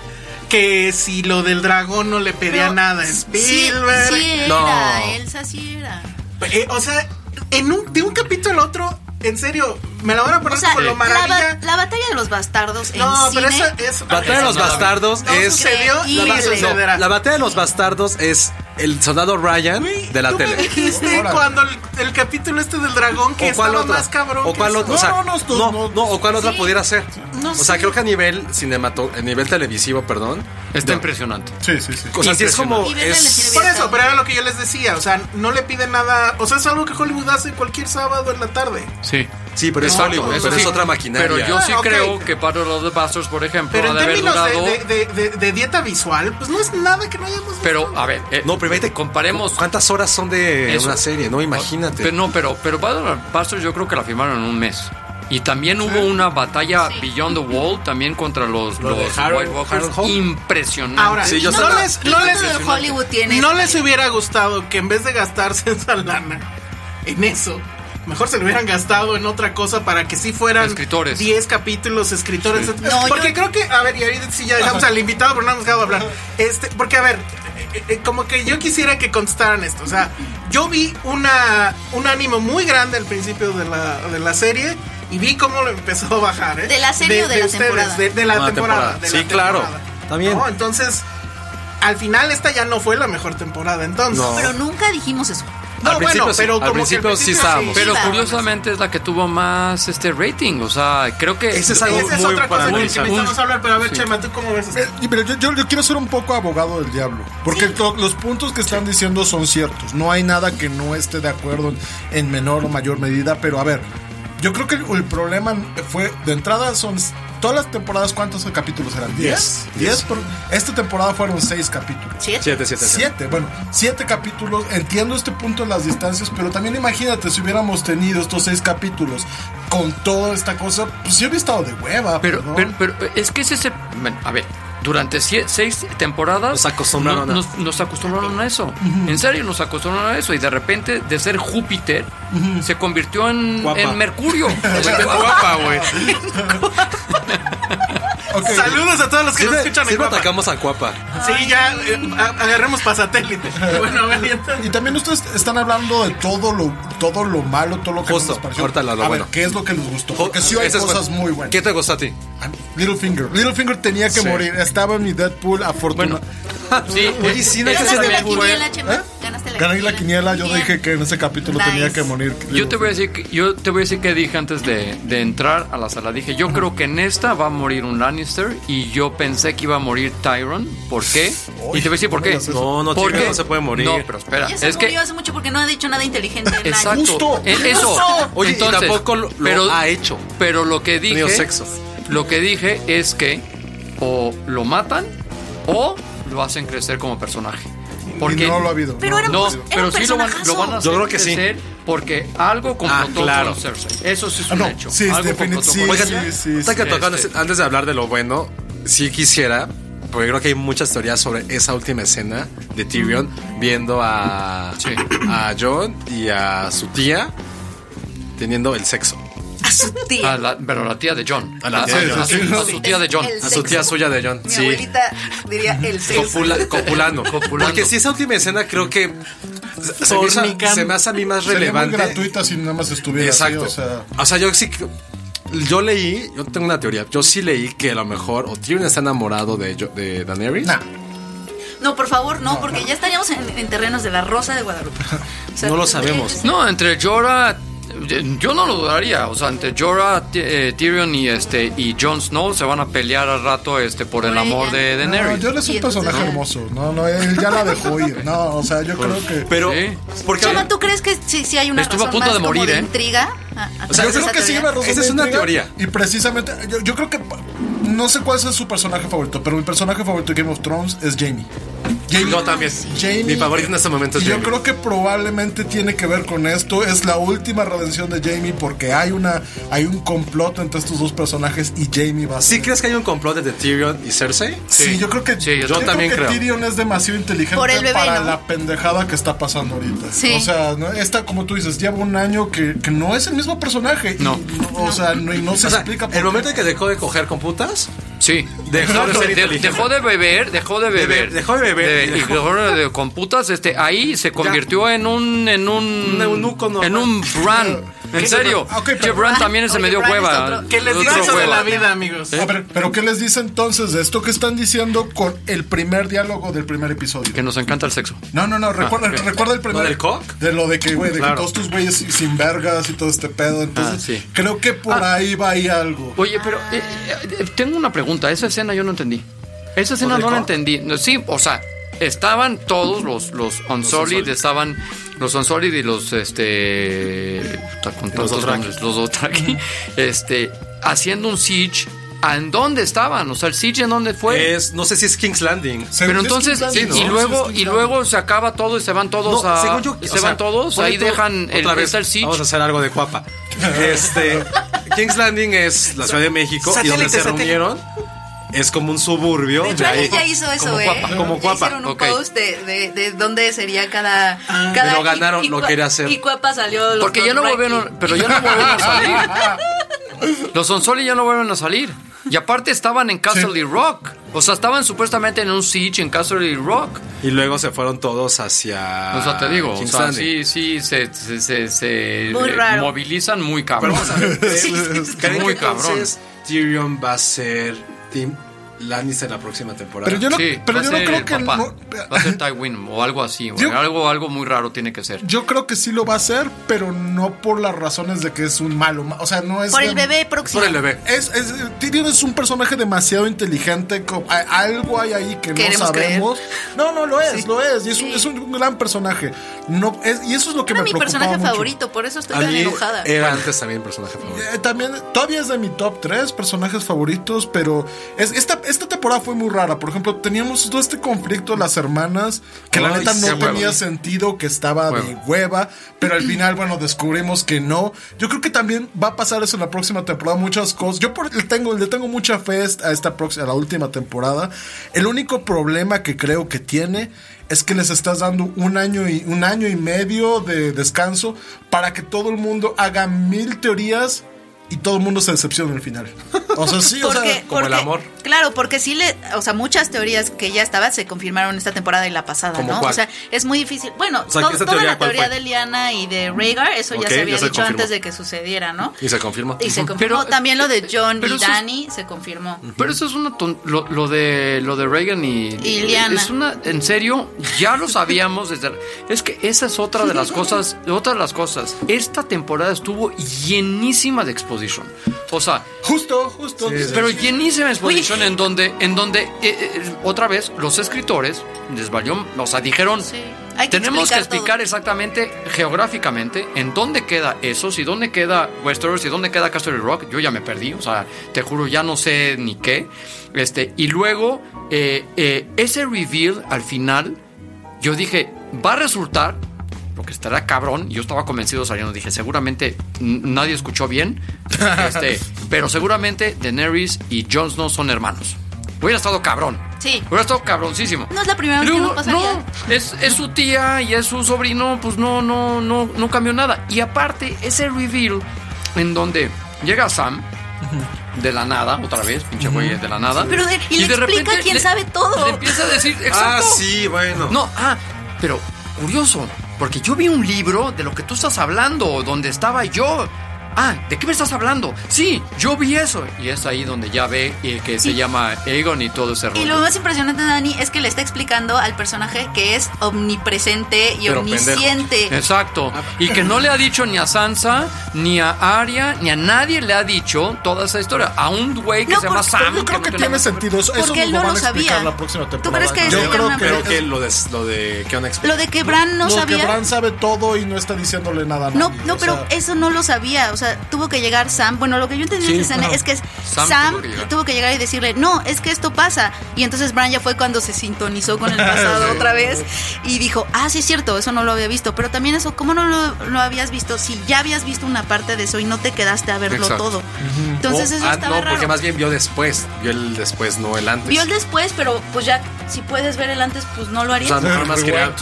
Speaker 7: que si lo del dragón no le pedía
Speaker 5: Pero
Speaker 7: nada a
Speaker 5: Sí,
Speaker 7: Spielberg.
Speaker 5: sí era,
Speaker 4: No.
Speaker 5: Elsa sí era.
Speaker 7: Eh, o sea, en un, de un capítulo al otro, en serio, me la van a
Speaker 5: O
Speaker 7: poner
Speaker 5: sea,
Speaker 7: por
Speaker 5: la,
Speaker 7: lo maravilla.
Speaker 5: ba- la batalla de los bastardos en
Speaker 7: no, pero
Speaker 5: cine,
Speaker 7: eso es.
Speaker 4: Batalla de los Bastardos
Speaker 7: No
Speaker 4: es.
Speaker 7: sucedió,
Speaker 4: La,
Speaker 7: ni
Speaker 5: Increíble.
Speaker 4: base- no,
Speaker 7: sucederá.
Speaker 4: la batalla de los bastardos es el soldado Ryan
Speaker 7: Güey,
Speaker 4: de la
Speaker 7: tú
Speaker 4: tele.
Speaker 7: me dijiste
Speaker 8: Órale.
Speaker 7: cuando el, el capítulo este del dragón que
Speaker 4: ¿O cuál
Speaker 7: estaba
Speaker 4: otra?
Speaker 7: más cabrón.
Speaker 4: ¿O
Speaker 7: que
Speaker 4: cuál
Speaker 7: eso.
Speaker 4: otra? O sea,
Speaker 8: No, no, no,
Speaker 4: no,
Speaker 8: no.
Speaker 4: no, ¿o cuál otra
Speaker 5: Sí.
Speaker 4: pudiera ser?
Speaker 7: No
Speaker 4: o sea,
Speaker 7: sé.
Speaker 4: creo que a nivel cinemato, a nivel televisivo, perdón.
Speaker 6: Está
Speaker 4: no.
Speaker 6: impresionante.
Speaker 8: Sí, sí, sí.
Speaker 4: O sea, sí es como.
Speaker 5: Y verla en el
Speaker 4: es-
Speaker 5: cine
Speaker 7: Por eso, pero era lo que yo les decía, o sea, no le piden nada, o sea, es algo que Hollywood hace cualquier sábado en la tarde.
Speaker 6: Sí.
Speaker 4: Sí, pero es
Speaker 6: No,
Speaker 4: Hollywood,
Speaker 6: eso
Speaker 4: pero
Speaker 6: sí.
Speaker 4: es otra maquinaria.
Speaker 6: Pero yo sí
Speaker 7: Ah, ok.
Speaker 6: creo que para los de Bastards, por ejemplo,
Speaker 7: Pero
Speaker 6: ha
Speaker 7: en
Speaker 6: de haber
Speaker 7: términos
Speaker 6: durado.
Speaker 7: de, de- de- de- de dieta visual, pues no es nada que no hayamos visto.
Speaker 6: Pero, a ver, eh,
Speaker 4: No, pero vete,
Speaker 6: comparemos.
Speaker 4: ¿Cuántas horas son de
Speaker 6: Eso.
Speaker 4: una serie? No, imagínate.
Speaker 6: Pero no, pero, pero Battle of the Bastards yo creo que la firmaron en un mes. Y también hubo una batalla Beyond the Wall también contra los,
Speaker 4: Lo de
Speaker 6: los
Speaker 4: Harold-
Speaker 6: White Walkers.
Speaker 4: Harold Hope.
Speaker 6: Impresionante.
Speaker 7: Ahora,
Speaker 4: Sí, yo
Speaker 7: no,
Speaker 4: estaba-
Speaker 7: les,
Speaker 5: ¿Y
Speaker 7: no,
Speaker 5: cuánto
Speaker 7: les,
Speaker 5: de Hollywood tiene?
Speaker 7: no les hubiera gustado que en vez de gastarse esa lana en eso, mejor se lo hubieran gastado en otra cosa para que sí fueran
Speaker 6: Escritores.
Speaker 7: 10 capítulos, escritores, etcétera.
Speaker 5: No,
Speaker 7: porque
Speaker 5: yo-
Speaker 7: creo que, a ver, y ahorita sí ya dejamos al invitado, pero no hemos dejado hablar. Este, porque, a ver, eh, eh, como que yo quisiera que contestaran esto. O sea, yo vi una, un ánimo muy grande al principio de la, de la serie. Y vi cómo lo empezó a bajar, ¿eh?
Speaker 5: ¿De la serie o de la temporada?
Speaker 7: De, de la
Speaker 4: Ah,
Speaker 7: temporada.
Speaker 4: temporada.
Speaker 7: de
Speaker 4: Sí,
Speaker 7: la
Speaker 4: claro.
Speaker 7: temporada.
Speaker 4: Está bien.
Speaker 7: No, entonces, al final esta ya no fue la mejor temporada, entonces.
Speaker 4: No.
Speaker 5: Pero nunca dijimos eso.
Speaker 7: No,
Speaker 4: Al principio sí, al
Speaker 7: como que
Speaker 4: principio sí estábamos.
Speaker 6: pero
Speaker 5: Sí,
Speaker 6: curiosamente es la que tuvo más este rating. O sea, creo que.
Speaker 4: Ese es
Speaker 7: Esa
Speaker 4: algo
Speaker 7: es
Speaker 4: muy
Speaker 7: otra
Speaker 4: para
Speaker 7: cosa que
Speaker 4: analizar.
Speaker 7: necesitamos hablar, pero a ver, Chema, ¿tú cómo ves esto?
Speaker 8: Eh, y Pero yo, yo, yo quiero ser un poco abogado del diablo, porque to- los puntos que están diciendo son ciertos. No hay nada que no esté de acuerdo en, en menor o mayor medida, pero a ver, yo creo que el, el problema fue, de entrada son s- todas las temporadas, ¿cuántos capítulos eran?
Speaker 4: Diez.
Speaker 8: ¿10? ¿10? por- Esta temporada fueron seis capítulos.
Speaker 5: ¿Sí?
Speaker 4: Siete, siete, siete.
Speaker 8: Siete, bueno, siete capítulos. Entiendo este punto de las distancias, pero también imagínate si hubiéramos tenido estos seis capítulos con toda esta cosa, pues sí hubiera estado de hueva.
Speaker 6: Pero,
Speaker 8: perdón.
Speaker 6: pero, pero es que es ese. bueno, a ver, durante sie- seis temporadas.
Speaker 4: Nos acostumbraron a-
Speaker 6: nos, nos acostumbraron a eso. En serio, nos acostumbraron a eso. Y de repente, de ser Júpiter, se convirtió en,
Speaker 4: Guapa.
Speaker 6: en Mercurio.
Speaker 4: Vete guapa, güey.
Speaker 8: Ok.
Speaker 7: Saludos a todos los que nos
Speaker 4: Siempre,
Speaker 7: escuchan en
Speaker 4: siempre
Speaker 7: Guapa.
Speaker 4: atacamos a Cuapa.
Speaker 7: Sí, ya eh, a- agarremos para satélite. Bueno, a ver, y entonces-
Speaker 8: Y también ustedes están hablando de todo lo, todo lo malo, todo lo que
Speaker 4: Justo,
Speaker 8: no les pareció.
Speaker 4: ahorita lo- lo
Speaker 8: a
Speaker 4: bueno.
Speaker 8: ver, ¿qué es lo que les gustó? Porque sí hay
Speaker 4: Ese es
Speaker 8: cosas
Speaker 4: bueno.
Speaker 8: muy buenas.
Speaker 4: ¿Qué te gustó a ti?
Speaker 8: Littlefinger. Littlefinger tenía que
Speaker 4: Sí.
Speaker 8: morir. Estaba en mi Deadpool, afortunadamente.
Speaker 6: Sí,
Speaker 4: Oye, sí, no hay que
Speaker 5: ¿Ganaste
Speaker 4: ser
Speaker 5: la
Speaker 4: de
Speaker 5: quiniela, Chema? ¿Ganaste la
Speaker 8: Gané la quiniela, Ah, yo
Speaker 5: Bien.
Speaker 8: dije que en ese capítulo
Speaker 5: Nice.
Speaker 8: tenía que morir.
Speaker 4: Eh,
Speaker 6: Yo te voy a decir que, yo te voy a decir que dije antes de, de entrar a la sala. Dije, yo creo que en esta va a morir un Lannister y yo pensé que iba a morir Tyron. ¿Por qué?
Speaker 8: Uy,
Speaker 6: y te voy a decir por
Speaker 8: no me
Speaker 6: qué.
Speaker 8: digas eso.
Speaker 4: No, no,
Speaker 6: ¿Por
Speaker 4: chica,
Speaker 6: qué?
Speaker 4: no se puede morir.
Speaker 6: No, pero espera.
Speaker 5: Ella se
Speaker 6: es
Speaker 5: murió
Speaker 6: que
Speaker 5: hace mucho porque no ha dicho nada inteligente en años.
Speaker 6: Exacto.
Speaker 8: Justo,
Speaker 4: Eh,
Speaker 6: E- Eso.
Speaker 8: justo.
Speaker 4: Oye, y tampoco lo- lo ha hecho.
Speaker 6: Pero lo que
Speaker 4: tenido
Speaker 6: dije.
Speaker 4: sexo.
Speaker 6: Lo que dije es que o lo matan o lo hacen crecer como personaje. Porque
Speaker 8: Y no lo ha habido.
Speaker 5: Pero
Speaker 8: No.
Speaker 5: era un-
Speaker 6: No,
Speaker 5: era un
Speaker 6: pero sí lo van, lo van a hacer
Speaker 4: Yo creo que sí.
Speaker 6: crecer porque algo complotó
Speaker 4: Ah, claro.
Speaker 6: con Cersei. Eso sí es
Speaker 8: Ah,
Speaker 6: un
Speaker 8: no.
Speaker 6: hecho.
Speaker 8: Sí, es
Speaker 6: algo
Speaker 8: definit-
Speaker 6: complotó
Speaker 8: sí,
Speaker 6: con
Speaker 8: Oigan,
Speaker 6: Cersei.
Speaker 8: sí, sí,
Speaker 4: ahorita que
Speaker 6: sí.
Speaker 4: tocando-
Speaker 6: Este-
Speaker 4: antes de hablar de lo bueno, sí quisiera, porque creo que hay muchas teorías sobre esa última escena de Tyrion viendo a,
Speaker 6: Sí.
Speaker 4: a John y a su tía teniendo el sexo.
Speaker 5: A su tía.
Speaker 6: Ah, la- pero la tía de John. Ah,
Speaker 4: A la tía de John.
Speaker 6: su- a su tía de John.
Speaker 5: El
Speaker 4: A su tía
Speaker 5: sexo.
Speaker 4: suya de John.
Speaker 5: Mi
Speaker 4: sí.
Speaker 5: abuelita diría el sexo.
Speaker 4: Copula- copulando.
Speaker 6: Copulando.
Speaker 4: Porque si esa última escena creo que se me, hizo-
Speaker 7: Fornicando.
Speaker 4: se me hace a mí más
Speaker 8: Sería muy
Speaker 4: relevante.
Speaker 8: gratuita si nada más estuviera así,
Speaker 4: Exacto.
Speaker 8: o sea,
Speaker 4: yo sí. que- Yo leí, yo tengo una teoría. Yo sí leí que a lo mejor o Tyrion está enamorado de, Jo- de Daenerys.
Speaker 8: Nah.
Speaker 5: No, por favor, no, porque ya estaríamos en, en terrenos de la Rosa de Guadalupe. O sea,
Speaker 4: No lo
Speaker 5: eh,
Speaker 4: sabemos.
Speaker 6: No, entre Jorah. eh, Yo no lo dudaría, o sea, entre Jorah, T- eh, Tyrion y este y Jon Snow se van a pelear al rato este por el
Speaker 5: Por
Speaker 6: amor
Speaker 5: ella.
Speaker 6: de Daenerys.
Speaker 8: yo es
Speaker 5: Y
Speaker 8: un
Speaker 5: entonces
Speaker 8: personaje
Speaker 5: ya-
Speaker 8: hermoso. No, no, él ya la dejó ir. No, Ah, o sea, yo creo que.
Speaker 4: Pero,
Speaker 6: Sí.
Speaker 4: porque
Speaker 5: Chava, ¿tú crees que sí, sí hay una
Speaker 6: Estuvo a
Speaker 5: razón
Speaker 6: punto
Speaker 5: más
Speaker 6: de
Speaker 5: como
Speaker 6: morir, ¿eh?
Speaker 5: intriga? Ah, ah,
Speaker 4: O sea,
Speaker 5: ¿tú
Speaker 4: yo creo
Speaker 5: esa
Speaker 4: que sí,
Speaker 5: teoría?
Speaker 4: una razón Esa es una teoría.
Speaker 8: Y precisamente, yo, yo creo que. pa- No sé cuál es su personaje favorito, pero mi personaje favorito de Game of Thrones es Jamie.
Speaker 4: yo también.
Speaker 8: Jamie.
Speaker 4: Mi favorito en este momento es
Speaker 8: Yo
Speaker 4: Jamie.
Speaker 8: creo que probablemente tiene que ver con esto. Es la última redención de Jamie porque hay una hay un complot entre estos dos personajes y Jamie va a
Speaker 4: ¿Sí
Speaker 8: ser-
Speaker 4: crees que hay un complot entre Tyrion y Cersei?
Speaker 8: Sí, yo creo que
Speaker 6: Sí, yo
Speaker 4: también
Speaker 8: creo que
Speaker 4: creo.
Speaker 8: Tyrion es demasiado inteligente
Speaker 5: Por el bebé,
Speaker 8: para
Speaker 5: ¿no?
Speaker 8: la pendejada que está pasando ahorita.
Speaker 5: Sí.
Speaker 8: O sea, ¿no? esta como tú dices, lleva un año que, que no es el mismo personaje. Y
Speaker 6: No.
Speaker 8: O sea, no, y no se
Speaker 4: O sea,
Speaker 8: explica por
Speaker 4: el
Speaker 8: qué.
Speaker 4: momento en que dejó de coger con putas,
Speaker 6: Sí.
Speaker 4: Dejó de ser
Speaker 6: de-
Speaker 4: inteligente.
Speaker 6: dejó de beber, dejó de beber.
Speaker 4: dejó de beber y
Speaker 6: y
Speaker 4: dejó-
Speaker 6: dejó de con putas, este, ahí se convirtió en un, en un.
Speaker 4: Un eunuco normal.
Speaker 6: En un Bran. En serio.
Speaker 8: Ah, ok, pero-
Speaker 6: Che, Bran también se
Speaker 5: Oye,
Speaker 6: me dio
Speaker 5: Bran es
Speaker 6: hueva.
Speaker 5: otro-
Speaker 7: Que les
Speaker 6: Otro
Speaker 7: diga eso de
Speaker 6: hueva. Eh,
Speaker 7: la vida, amigos.
Speaker 8: A ver, pero ¿qué les dice entonces de esto que están diciendo con el primer diálogo del primer episodio?
Speaker 6: Que nos encanta el sexo. Ah,
Speaker 8: No, no, no, recuerda,
Speaker 6: ok.
Speaker 8: recuerda el primer.
Speaker 4: ¿Lo del cock?
Speaker 8: De lo de que, güey, de
Speaker 4: Claro.
Speaker 8: que todos tus güeyes sin vergas y todo este pedo. Entonces,
Speaker 6: Ah, sí. Ah.
Speaker 8: creo que por ahí va ahí algo.
Speaker 6: Oye, pero eh, eh, tengo una pregunta. Esa escena yo no entendí. Esa escena no la entendí. No, Sí, o sea, estaban todos los, los Unsolid, estaban los Unsolid y los este puta, con tantos
Speaker 4: Dothraki.
Speaker 6: nombres, los Dothraki, este haciendo un siege. ¿A ¿En dónde estaban? O sea, el siege en dónde fue?
Speaker 4: es, no sé si es King's Landing.
Speaker 8: Según
Speaker 6: pero
Speaker 8: yo es
Speaker 6: entonces
Speaker 8: King's Landing,
Speaker 6: y, y
Speaker 8: ¿no?
Speaker 6: luego
Speaker 8: Sí, es
Speaker 6: y
Speaker 8: King's
Speaker 6: luego se acaba todo y se van todos
Speaker 4: No,
Speaker 6: a
Speaker 4: según yo,
Speaker 6: se
Speaker 4: o sea,
Speaker 6: van todos,
Speaker 4: ponle
Speaker 6: ahí
Speaker 4: tú-
Speaker 6: dejan el,
Speaker 4: otra vez,
Speaker 6: está el siege.
Speaker 4: Vamos a hacer algo de cuapa. Este, King's Landing es la Ciudad de México y donde
Speaker 7: Satélite,
Speaker 4: se
Speaker 7: satélite.
Speaker 4: reunieron es como un suburbio.
Speaker 5: De hecho,
Speaker 4: de
Speaker 5: alguien
Speaker 4: ahí.
Speaker 5: ya hizo eso,
Speaker 4: como
Speaker 5: ¿eh?
Speaker 4: Cuapa, como
Speaker 5: Ya
Speaker 4: cuapa.
Speaker 5: Hicieron un
Speaker 6: ok.
Speaker 5: post de, de, de dónde sería cada. cada
Speaker 4: Pero ganaron,
Speaker 5: y- y
Speaker 4: lo
Speaker 5: cua-
Speaker 4: quería hacer.
Speaker 5: Y Cuapa salió. los
Speaker 6: Porque ya no
Speaker 5: Dothraki.
Speaker 6: volvieron, pero ya no volvieron a salir. Los Onsoli ya no vuelven a salir. Y aparte estaban en Castle Rock. O sea, estaban supuestamente en un siege en Castle Rock.
Speaker 4: Y luego se fueron todos hacia.
Speaker 6: O sea, te digo, o
Speaker 4: King's
Speaker 6: sea, sí,
Speaker 4: Landing.
Speaker 6: sí, se, se, se- se
Speaker 5: Muy
Speaker 6: eh,
Speaker 5: raro.
Speaker 6: movilizan muy cabrón.
Speaker 4: Pero vamos a ver. Pues,
Speaker 5: Sí,
Speaker 4: ¿creen
Speaker 5: sí,
Speaker 4: que
Speaker 6: Muy
Speaker 4: entonces Tyrion va a ser Team Lannister la próxima temporada.
Speaker 8: Pero yo no,
Speaker 6: Sí,
Speaker 8: pero
Speaker 6: va
Speaker 8: yo
Speaker 6: a
Speaker 8: no
Speaker 6: ser
Speaker 8: creo
Speaker 6: el
Speaker 8: que.
Speaker 6: papá.
Speaker 8: no-
Speaker 6: Va a ser Tywin o algo así. güey.
Speaker 8: Yo-
Speaker 6: algo, algo muy raro tiene que ser.
Speaker 8: yo creo que sí lo va a hacer, pero no por las razones de que es un malo. ma- O sea, no es.
Speaker 5: Por
Speaker 8: de-
Speaker 5: el bebé próximo.
Speaker 4: por el bebé.
Speaker 8: Es, es, Tyrion es un personaje demasiado inteligente. co- a- Algo hay ahí que no
Speaker 5: Queremos
Speaker 8: sabemos. No, no, lo es,
Speaker 5: Sí.
Speaker 8: lo es. Y es, un,
Speaker 5: Sí.
Speaker 8: es un gran personaje. No, es- y eso es lo que
Speaker 5: Era
Speaker 8: me
Speaker 5: mi
Speaker 8: preocupaba
Speaker 5: personaje
Speaker 8: mucho.
Speaker 5: favorito, por eso estoy
Speaker 4: a
Speaker 5: tan
Speaker 4: mí eh,
Speaker 5: enojada.
Speaker 4: era antes también mi personaje favorito.
Speaker 8: Eh, también, todavía es de mi top 3 personajes favoritos, pero es, esta, esta temporada fue muy rara. Por ejemplo, teníamos todo este conflicto de las hermanas, que la
Speaker 4: Ay,
Speaker 8: neta
Speaker 4: sí,
Speaker 8: no
Speaker 4: huevo.
Speaker 8: tenía sentido, que estaba de hueva, pero al final, bueno, descubrimos que no. Yo creo que también va a pasar eso en la próxima temporada, muchas cosas. Yo por- le, tengo, le tengo mucha fe a, esta próxima, a la última temporada. El único problema que creo que tiene es que les estás dando un año y un año y medio de descanso para que todo el mundo haga mil teorías y todo el mundo se decepciona al final. O sea, sí, o sea,
Speaker 5: Porque-
Speaker 4: como el
Speaker 5: porque-
Speaker 4: amor.
Speaker 5: Claro, porque sí le, o sea, muchas teorías que ya estaban se confirmaron esta temporada y la pasada,
Speaker 4: ¿Como
Speaker 5: ¿no?
Speaker 4: cuál?
Speaker 5: O sea, es muy difícil. Bueno,
Speaker 4: O sea,
Speaker 5: to-
Speaker 4: ¿esta
Speaker 5: toda
Speaker 4: teoría
Speaker 5: la
Speaker 4: cuál
Speaker 5: teoría
Speaker 4: fue?
Speaker 5: de Liana y de Rhaegar, eso
Speaker 4: Ok,
Speaker 5: ya se había
Speaker 4: ya se
Speaker 5: dicho
Speaker 4: confirmó.
Speaker 5: antes de que sucediera, ¿no?
Speaker 4: Y se confirma.
Speaker 5: Y se confirmó.
Speaker 6: Pero-
Speaker 5: También lo
Speaker 4: eh,
Speaker 5: de John
Speaker 6: pero
Speaker 5: y
Speaker 6: eso es-
Speaker 5: Dani se confirmó.
Speaker 6: Pero eso es una ton- lo, lo de lo de Reagan y,
Speaker 5: Y Liana.
Speaker 6: Es una en serio, ya lo sabíamos desde es que esa es otra de las cosas, otra de las cosas. Esta temporada estuvo llenísima de exposición. O sea,
Speaker 8: Justo, justo.
Speaker 6: pero llenísima de exposición en donde en donde eh, eh, otra vez los escritores les valió, o sea, dijeron
Speaker 5: Sí, hay que
Speaker 6: tenemos que
Speaker 5: explicar
Speaker 6: explicar
Speaker 5: todo".
Speaker 6: exactamente geográficamente en dónde queda eso, si dónde queda Westeros, si dónde queda Castle Rock. Yo ya me perdí, o sea, te juro, ya no sé ni qué. Este, y luego, eh, eh, ese reveal al final, yo dije, va a resultar, lo que estará cabrón, yo estaba convencido saliendo, dije, seguramente mm, n- nadie escuchó bien, este, pero seguramente Daenerys y Jon Snow son hermanos. Hubiera estado cabrón.
Speaker 5: Sí.
Speaker 6: Hubiera estado cabroncísimo.
Speaker 5: No es la primera vez que
Speaker 6: Luego,
Speaker 5: no pasaría.
Speaker 6: no, es, es su tía y es su sobrino, pues no, no, no, no cambió nada. Y aparte, ese reveal en donde llega Sam de la nada, otra vez, pinche güey de la nada.
Speaker 5: pero de- y le explica quién sabe todo.
Speaker 6: le empieza a decir,
Speaker 4: Ah,
Speaker 6: exacto.
Speaker 4: sí, bueno.
Speaker 6: No, ah, pero curioso, porque yo vi un libro de lo que tú estás hablando, donde estaba yo. Ah, ¿de qué me estás hablando? Sí, yo vi eso. Y es ahí donde ya ve eh, que se
Speaker 5: Y-
Speaker 6: llama Aegon y todo ese rollo.
Speaker 5: Y lo más impresionante de Dani es que le está explicando al personaje que es omnipresente y
Speaker 4: Pero pendejo.
Speaker 5: omnisciente.
Speaker 6: Exacto. Y que no le ha dicho ni a Sansa, ni a Arya, ni a nadie le ha dicho toda esa historia. A un güey que
Speaker 5: No,
Speaker 6: se llama
Speaker 5: porque-
Speaker 6: Sam.
Speaker 5: yo
Speaker 8: Yo creo que
Speaker 6: no
Speaker 8: tiene sentido. Eso, eso
Speaker 5: Porque él
Speaker 8: nos
Speaker 5: no
Speaker 8: van
Speaker 5: lo
Speaker 8: a explicar
Speaker 5: sabía.
Speaker 8: la próxima
Speaker 5: ¿Tú
Speaker 8: temporada.
Speaker 5: crees que
Speaker 8: Yo
Speaker 5: eso
Speaker 4: Yo
Speaker 5: era
Speaker 4: creo,
Speaker 5: una
Speaker 4: pero
Speaker 5: pregunta.
Speaker 4: que lo de, lo de Keon Express.
Speaker 5: Lo de que Bran no,
Speaker 8: no,
Speaker 5: sabía.
Speaker 8: que Bran sabe todo y no está diciéndole nada a
Speaker 5: No,
Speaker 8: nadie,
Speaker 5: no,
Speaker 8: o
Speaker 5: pero
Speaker 8: sea,
Speaker 5: eso no lo sabía. O sea, tuvo que llegar Sam. Bueno, lo que yo entendí de esa escena es que es-
Speaker 6: Sam
Speaker 5: Sam,
Speaker 6: tuvo que llegar.
Speaker 5: tuvo que llegar y decirle, no, es que esto pasa. Y entonces Bran ya fue cuando se sintonizó con el pasado otra vez y dijo, ah, sí es cierto, eso no lo había visto. Pero también eso, ¿cómo no lo, lo habías visto? Si ya habías visto una parte de eso y no te quedaste a verlo
Speaker 6: Exacto.
Speaker 5: todo. Entonces
Speaker 4: Oh,
Speaker 5: eso
Speaker 4: ah,
Speaker 5: estaba
Speaker 4: no,
Speaker 5: raro.
Speaker 4: porque más bien vio después. Vio el después, no el antes.
Speaker 5: Vio el después, pero pues ya, si puedes ver el antes, pues no lo
Speaker 4: o
Speaker 5: harías.
Speaker 4: sea, a lo mejor más quería,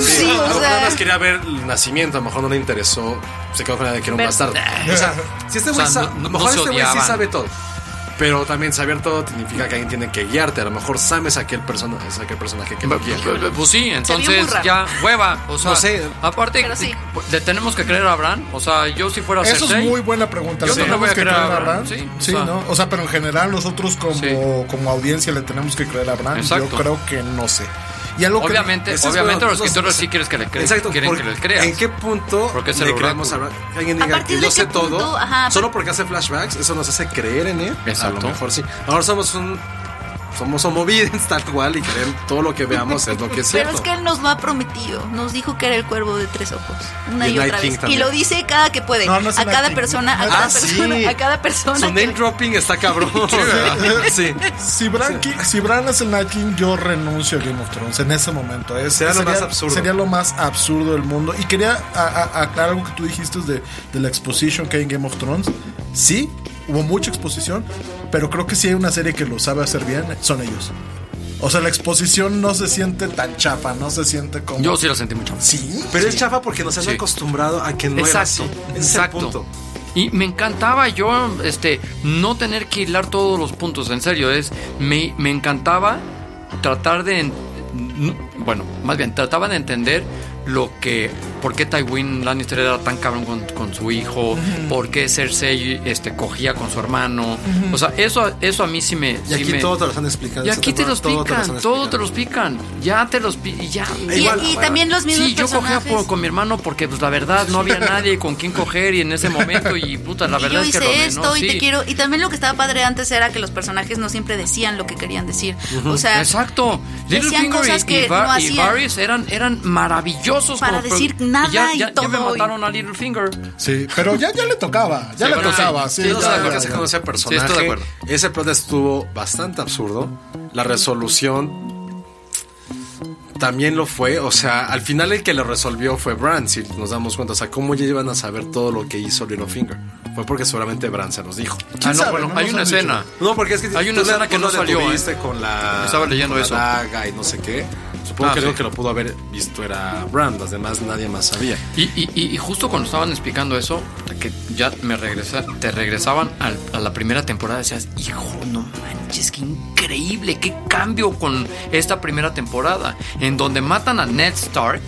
Speaker 5: Sí,
Speaker 4: a lo
Speaker 5: o
Speaker 4: mejor
Speaker 5: sea.
Speaker 4: nada más quería ver el nacimiento. A lo mejor no le interesó. Se quedó con la de que era un
Speaker 6: Ver-
Speaker 4: bastardo. O sea, si este
Speaker 6: O
Speaker 4: güey
Speaker 6: sea,
Speaker 4: sabe.
Speaker 6: no-
Speaker 4: a lo
Speaker 6: no
Speaker 4: mejor
Speaker 6: se
Speaker 4: este güey sí
Speaker 6: odiaban.
Speaker 4: sabe todo. Pero también saber todo significa que alguien tiene que guiarte. A lo mejor Sam es aquel, persona, es aquel personaje que no guía.
Speaker 6: Pues sí, entonces
Speaker 5: muy raro.
Speaker 6: ya hueva. O sea, ah, pues,
Speaker 4: No sé.
Speaker 6: aparte,
Speaker 5: Pero sí.
Speaker 6: le tenemos que creer a Bran. O sea, yo si fuera
Speaker 8: Eso es
Speaker 6: Cersei-
Speaker 8: muy buena pregunta.
Speaker 6: Yo
Speaker 8: ¿Le
Speaker 6: no le voy
Speaker 8: tenemos
Speaker 6: a
Speaker 8: que
Speaker 6: creer a
Speaker 8: creer a
Speaker 6: Bran,
Speaker 8: Bran?
Speaker 6: sí,
Speaker 8: Sí,
Speaker 6: o sea.
Speaker 8: ¿no? O sea, pero en general nosotros como,
Speaker 6: Sí.
Speaker 8: como audiencia le tenemos que creer a Bran.
Speaker 6: Exacto.
Speaker 8: Yo creo que no sé. Y algo que-
Speaker 6: Obviamente,
Speaker 4: Ese es
Speaker 6: obviamente
Speaker 4: bueno,
Speaker 6: los
Speaker 4: no,
Speaker 6: escritores
Speaker 4: no sé.
Speaker 6: sí quieres que le creas.
Speaker 4: Exacto,
Speaker 6: quieren
Speaker 4: ¿por-
Speaker 6: que le creas.
Speaker 4: ¿En qué punto
Speaker 6: Porque es el
Speaker 4: le creemos a
Speaker 6: oráculo.
Speaker 4: Bran? Que alguien
Speaker 5: ¿A
Speaker 4: diga
Speaker 5: partir
Speaker 4: que
Speaker 5: de
Speaker 4: yo sé
Speaker 5: qué punto?
Speaker 4: todo,
Speaker 5: Ajá,
Speaker 4: solo porque hace flashbacks, eso nos hace creer en él. A
Speaker 6: Exacto.
Speaker 4: lo mejor sí. Ahora somos un. Somos homovidentes tal cual y creen todo lo que veamos es lo que es
Speaker 5: Pero
Speaker 4: cierto.
Speaker 5: es que él nos lo ha prometido. Nos dijo que era el cuervo de tres ojos. Una
Speaker 4: Y
Speaker 5: y,
Speaker 4: Night
Speaker 5: otra
Speaker 4: King
Speaker 5: vez.
Speaker 4: también.
Speaker 5: Y lo dice cada que puede.
Speaker 8: No, no es
Speaker 5: a
Speaker 8: Night
Speaker 5: cada
Speaker 8: King.
Speaker 5: persona, a
Speaker 8: Ah,
Speaker 5: cada
Speaker 4: sí.
Speaker 5: persona, a cada
Speaker 4: Su
Speaker 5: persona.
Speaker 4: name
Speaker 5: que-
Speaker 4: dropping está cabrón. sí.
Speaker 8: Si Bran, Ki- si Bran es el Night King, yo renuncio a Game of Thrones en ese momento. Es-
Speaker 4: Sería lo más absurdo.
Speaker 8: Sería lo más absurdo del mundo. Y quería a- a- aclarar algo que tú dijiste de, de la exposición que hay en Game of Thrones. Sí, hubo mucha exposición, pero creo que si hay una serie que lo sabe hacer bien, son ellos. O sea, la exposición no se siente tan chafa, no se siente como...
Speaker 6: Yo sí lo sentí mucho.
Speaker 8: Sí.
Speaker 4: Pero es chafa porque nos han
Speaker 6: Sí.
Speaker 4: acostumbrado a que no era así.
Speaker 6: Exacto,
Speaker 4: Ese es el
Speaker 6: exacto.
Speaker 4: punto.
Speaker 6: Y me encantaba yo este no tener que hilar todos los puntos, en serio, es me, me encantaba tratar de en- n- bueno, más bien trataba de entender lo que por qué Tywin Lannister era tan cabrón con, con su hijo, por qué Cersei este cogía con su hermano. O sea, eso eso a mí sí me
Speaker 4: Y aquí todo te lo están explicando.
Speaker 6: y aquí te los
Speaker 4: Todo
Speaker 6: pican,
Speaker 4: han
Speaker 6: todo te
Speaker 4: explicado.
Speaker 6: los pican. Ya te los pican, ya.
Speaker 5: Y,
Speaker 4: Igual,
Speaker 5: y
Speaker 4: bueno.
Speaker 5: también los mismos
Speaker 6: Sí, yo cogía
Speaker 5: personajes.
Speaker 6: por- con mi hermano porque pues la verdad no había nadie con quien coger y en ese momento y puta, la
Speaker 5: Y
Speaker 6: verdad
Speaker 5: yo
Speaker 6: es que
Speaker 5: hice
Speaker 6: Rome,
Speaker 5: esto
Speaker 6: ¿no?
Speaker 5: y
Speaker 6: Sí.
Speaker 5: te quiero. Y también lo que estaba padre antes era que los personajes no siempre decían lo que querían decir. O sea,
Speaker 6: Exacto. Littlefinger
Speaker 5: cosas
Speaker 6: y,
Speaker 5: que
Speaker 6: y, Var-
Speaker 5: no
Speaker 6: y
Speaker 5: hacían.
Speaker 6: Varys eran, eran maravillosos.
Speaker 5: Para
Speaker 6: como-
Speaker 5: decir
Speaker 6: y
Speaker 5: nada
Speaker 6: ya,
Speaker 5: y
Speaker 6: ya- Ya me
Speaker 5: todo y-
Speaker 6: mataron a Littlefinger.
Speaker 8: Sí, pero ya, ya le tocaba, ya le
Speaker 6: bueno,
Speaker 8: tocaba. Sí,
Speaker 6: sí, sí,
Speaker 8: ya,
Speaker 4: Yo no sé
Speaker 8: ya,
Speaker 4: por qué
Speaker 8: ya,
Speaker 4: se
Speaker 8: ya.
Speaker 4: conoce el personaje.
Speaker 6: estoy de acuerdo.
Speaker 4: Ese plot estuvo bastante absurdo. La resolución también lo fue. O sea, al final el que lo resolvió fue Bran, si nos damos cuenta. O sea, ¿cómo ya iban a saber todo lo que hizo Littlefinger? Fue porque seguramente Bran se los dijo.
Speaker 6: Ah, no,
Speaker 8: sabe?
Speaker 6: bueno,
Speaker 8: No
Speaker 6: hay
Speaker 8: nos
Speaker 6: una
Speaker 8: han dicho.
Speaker 6: escena.
Speaker 4: No, porque es que
Speaker 6: Hay una
Speaker 4: tú la-
Speaker 6: escena que
Speaker 4: tú
Speaker 6: no
Speaker 4: la
Speaker 6: salió, ¿eh?
Speaker 4: detuviste con la
Speaker 6: Estaba leyendo
Speaker 4: con
Speaker 6: eso.
Speaker 4: La daga y no sé qué. Supongo
Speaker 6: Ah,
Speaker 4: que el
Speaker 6: sí.
Speaker 4: único que lo pudo haber visto era Brandas, además nadie más sabía.
Speaker 6: Y, y- y- y justo cuando estaban explicando eso, que ya me regresa, te regresaban al- a la primera temporada, decías, hijo, no manches, qué increíble, qué cambio con esta primera temporada, en donde matan a Ned Stark.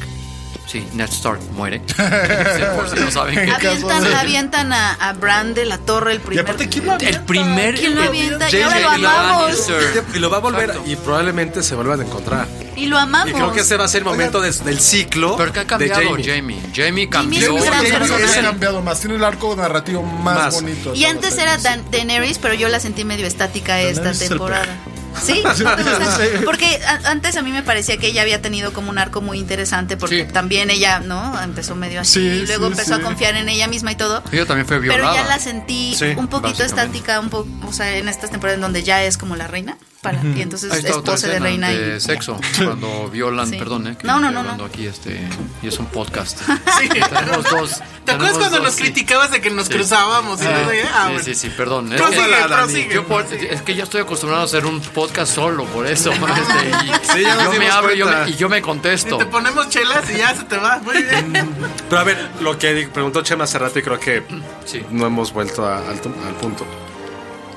Speaker 6: Sí, Ned Stark muere. Por si no saben que-
Speaker 5: Avientan, avientan a, a Bran de la torre el
Speaker 4: Y
Speaker 5: primer.
Speaker 4: aparte, ¿quién lo
Speaker 6: El
Speaker 4: avienta?
Speaker 6: primer.
Speaker 5: ¿Quién lo
Speaker 6: el-
Speaker 5: avienta?
Speaker 6: J.J.
Speaker 5: Y ahora lo amamos.
Speaker 6: Lannister.
Speaker 4: Y lo va a volver
Speaker 6: Exacto.
Speaker 4: y probablemente se vuelvan a encontrar.
Speaker 5: Y lo amamos.
Speaker 4: Y creo que ese va a ser el momento de- del ciclo
Speaker 6: Pero que ha
Speaker 4: de
Speaker 6: cambiado Jamie.
Speaker 4: Jamie.
Speaker 6: Jamie. cambió.
Speaker 5: Jamie es un gran
Speaker 8: Jamie
Speaker 5: personaje.
Speaker 8: ha cambiado más, tiene el arco narrativo más,
Speaker 4: Más.
Speaker 8: bonito.
Speaker 5: Y antes era Dan- Daenerys, pero yo la sentí medio estática esta
Speaker 7: Daenerys es el
Speaker 5: temporada. ¿Sí? ¿No te
Speaker 6: Este
Speaker 5: gusta? Porque a- antes a mí me parecía que ella había tenido como un arco muy interesante, porque
Speaker 6: Sí.
Speaker 5: también ella, ¿no? Empezó medio así,
Speaker 8: Sí,
Speaker 5: y luego
Speaker 8: sí,
Speaker 5: empezó
Speaker 8: sí.
Speaker 5: a confiar en ella misma y todo.
Speaker 6: Ella también fue
Speaker 5: Pero
Speaker 6: violada.
Speaker 5: ya la sentí
Speaker 4: Sí,
Speaker 5: un poquito
Speaker 4: básicamente.
Speaker 5: estática, un po- o sea, en estas temporadas en donde ya es como la reina, para, y entonces
Speaker 6: Ahí está otra
Speaker 5: esposa de
Speaker 6: escena
Speaker 5: reina y
Speaker 6: de sexo cuando violan
Speaker 5: Sí.
Speaker 6: perdón eh, que
Speaker 5: No, no,
Speaker 6: estoy
Speaker 5: no,
Speaker 6: hablando
Speaker 5: no.
Speaker 6: aquí este y es un podcast
Speaker 7: Sí.
Speaker 6: tenemos dos
Speaker 7: ¿Te acuerdas
Speaker 6: tenemos
Speaker 7: cuando
Speaker 6: dos,
Speaker 7: nos
Speaker 6: sí.
Speaker 7: criticabas de que nos
Speaker 6: Sí.
Speaker 7: cruzábamos? y
Speaker 6: Sí,
Speaker 7: no sé qué? Ah,
Speaker 6: sí,
Speaker 7: bueno.
Speaker 6: sí, sí, perdón. ¿eh?
Speaker 7: Prosigue,
Speaker 6: Ojalá, Dani.
Speaker 7: prosigue,
Speaker 6: Yo por-
Speaker 7: prosigue.
Speaker 6: es que ya estoy acostumbrado a hacer un podcast solo, por eso. este, y,
Speaker 4: Sí, ya nos
Speaker 6: yo me
Speaker 4: dimos
Speaker 6: hablo y yo
Speaker 4: cuenta.
Speaker 6: me, y yo me
Speaker 7: Y
Speaker 6: contesto.
Speaker 7: te ponemos chelas y ya se te va. Muy bien.
Speaker 4: Pero a ver, lo que di- preguntó Chema hace rato y creo que
Speaker 6: Sí.
Speaker 4: no hemos vuelto a- al, tu- al punto.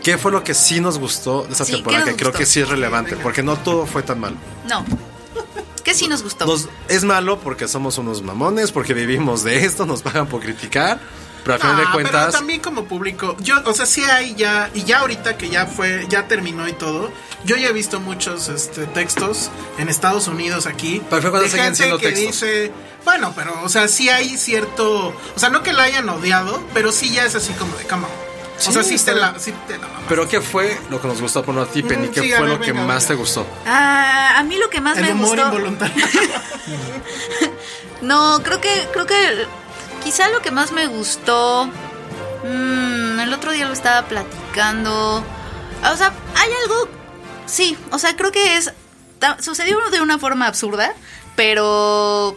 Speaker 4: ¿Qué fue lo que sí nos gustó de esa
Speaker 5: Sí, ¿qué
Speaker 4: temporada?
Speaker 5: nos
Speaker 4: Que creo
Speaker 5: gustó?
Speaker 4: que sí es relevante, porque no todo fue tan malo.
Speaker 5: no. Que sí nos gustó.
Speaker 4: Nos- es malo porque somos unos mamones, porque vivimos de esto, nos pagan por criticar, pero al final
Speaker 7: Ah,
Speaker 4: de
Speaker 7: pero
Speaker 4: cuentas,
Speaker 7: también como público, yo, o sea, sí hay ya, y ya ahorita que ya fue, ya terminó y todo, yo ya he visto muchos este, textos en Estados Unidos aquí.
Speaker 4: Pero fue cuando
Speaker 7: de
Speaker 4: siguen
Speaker 7: gente
Speaker 4: siendo
Speaker 7: que
Speaker 4: textos.
Speaker 7: dice, bueno, pero, o sea, sí hay cierto, o sea, no que la hayan odiado, pero sí ya es así como de cama.
Speaker 4: Sí,
Speaker 7: o sea, sí
Speaker 4: está
Speaker 7: te,
Speaker 4: bien.
Speaker 7: la, sí te la mamaste.
Speaker 4: pero ¿qué fue lo que nos gustó por no a ti, Penny?
Speaker 7: Mm,
Speaker 4: ¿Qué
Speaker 7: sí, a
Speaker 4: fue
Speaker 7: ver,
Speaker 4: lo que
Speaker 7: venga,
Speaker 4: más
Speaker 7: venga.
Speaker 4: te gustó?
Speaker 5: Ah, a mí lo que más
Speaker 7: El
Speaker 5: me
Speaker 7: humor
Speaker 5: gustó.
Speaker 7: involuntario.
Speaker 5: No, creo que, creo que quizá lo que más me gustó. mm, el otro día lo estaba platicando. Ah, O sea, hay algo. Sí, o sea, creo que es. ta- Sucedió de una forma absurda, pero.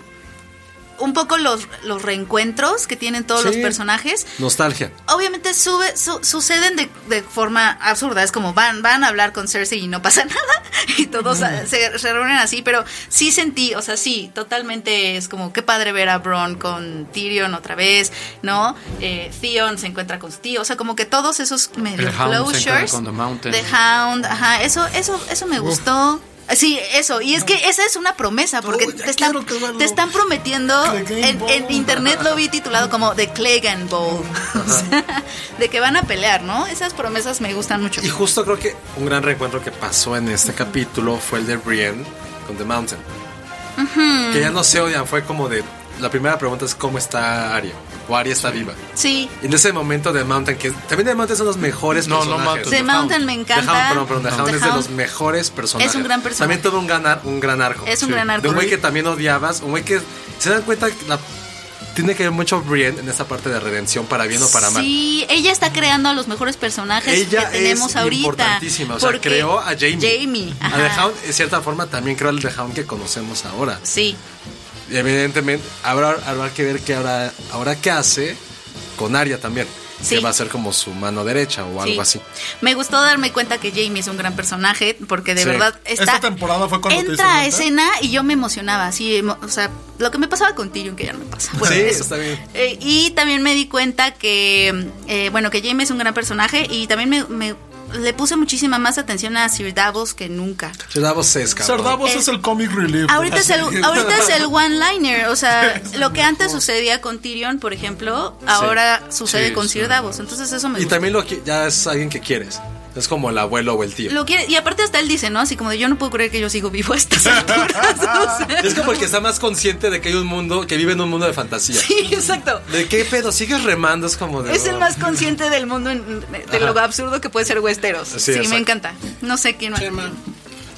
Speaker 5: Un poco los, los reencuentros que tienen todos los
Speaker 4: Sí.
Speaker 5: personajes
Speaker 4: Nostalgia.
Speaker 5: obviamente sube, su- suceden de, de forma absurda. Es como van, van a hablar con Cersei y no pasa nada. Y todos a- se, se reúnen así. Pero sí sentí, o sea, sí, totalmente es como qué padre ver a Bron con Tyrion otra vez, ¿no? Eh, Theon se encuentra con su tío. O sea, como que todos esos medio
Speaker 6: Hound se encuentra
Speaker 5: closures.
Speaker 6: con The Mountain.
Speaker 5: The Hound, ajá. Eso, eso, eso me gustó. Sí, eso. Y es que esa es una promesa, porque
Speaker 8: Uy, ya
Speaker 5: te, están,
Speaker 8: quiero que verlo.
Speaker 5: te están prometiendo.
Speaker 8: The Game
Speaker 5: En, en
Speaker 8: Bowl.
Speaker 5: internet lo vi titulado como The Clegane Bowl. O sea, de que van a pelear, ¿no? Esas promesas me gustan mucho.
Speaker 4: Y justo creo que un gran reencuentro que pasó en este capítulo fue el de Brienne con The Mountain. Que ya no se odian, fue como de. La primera pregunta es: ¿Cómo está Arya? ¿O Arya está viva?
Speaker 5: Sí.
Speaker 4: Y en ese momento, The Mountain, que también The Mountain son los mejores
Speaker 6: No, no
Speaker 4: personajes.
Speaker 6: mato.
Speaker 5: The
Speaker 6: The
Speaker 5: Mountain
Speaker 6: Hound.
Speaker 5: me
Speaker 4: Pues The Hound,
Speaker 5: encanta.
Speaker 4: perdón, perdón, The Hound
Speaker 5: The
Speaker 4: es de
Speaker 5: Hound
Speaker 4: los mejores personajes.
Speaker 5: Es un gran personaje.
Speaker 4: También tuvo un gran, ar- un gran arco.
Speaker 5: Es un gran
Speaker 4: De
Speaker 5: arco.
Speaker 4: un güey que también odiabas, un güey que se dan cuenta que la- tiene que ver mucho Brienne en esa parte de redención, para bien o para mal.
Speaker 5: Sí, ella está creando a los mejores personajes
Speaker 4: Ella
Speaker 5: que tenemos
Speaker 4: es
Speaker 5: ahorita.
Speaker 4: importantísima, o sea,
Speaker 5: porque
Speaker 4: creó a Jamie.
Speaker 5: Jamie,
Speaker 4: A
Speaker 5: ajá.
Speaker 4: The Hound, en cierta forma, también creó al The Hound que conocemos ahora.
Speaker 5: Sí.
Speaker 4: Y evidentemente, habrá, habrá que ver qué ahora, ahora qué hace con Arya también.
Speaker 5: Sí.
Speaker 4: Que va a ser como su mano derecha o algo
Speaker 5: Sí.
Speaker 4: así.
Speaker 5: Me gustó darme cuenta que Jamie es un gran personaje, porque de
Speaker 4: Sí.
Speaker 5: verdad está.
Speaker 8: Esta temporada fue cuando te diste
Speaker 5: Entra a
Speaker 8: cuenta.
Speaker 5: escena y yo me emocionaba, así, emo- o sea, lo que me pasaba con Tyrion, que ya no me pasa. Bueno,
Speaker 4: sí,
Speaker 5: Pues eso.
Speaker 4: está bien.
Speaker 5: Eh, y también me di cuenta que, eh, bueno, que Jamie es un gran personaje y también me, me- le puse muchísima más atención a Sir Davos que nunca.
Speaker 4: Sir Davos es, cabrón.
Speaker 8: Ser Davos
Speaker 5: Eh,
Speaker 8: es el comic
Speaker 4: pues,
Speaker 8: relief.
Speaker 5: Ahorita es, el, ahorita es el one-liner, o sea, lo que antes sucedía con Tyrion, por ejemplo, ahora sucede
Speaker 6: Sí,
Speaker 5: con
Speaker 6: sí.
Speaker 5: Sir Davos, entonces eso me
Speaker 4: Y
Speaker 5: gusta.
Speaker 4: también lo que ya es alguien que quieres. Es como el abuelo o el tío.
Speaker 5: Lo quiere- y aparte hasta él dice, ¿no? Así como de, yo no puedo creer que yo sigo vivo a estas alturas. o sea.
Speaker 4: Es como el que está más consciente de que hay un mundo, que vive en un mundo de fantasía.
Speaker 5: Sí, exacto.
Speaker 4: ¿De qué pedo? ¿Sigues remando? Es como de. "Ah".
Speaker 5: Es el más consciente del mundo, en- de lo absurdo que puede ser Westeros.
Speaker 4: Sí,
Speaker 5: Sí,
Speaker 4: exacto.
Speaker 5: me encanta. No sé quién más.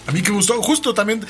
Speaker 8: A mí que me gustó, justo también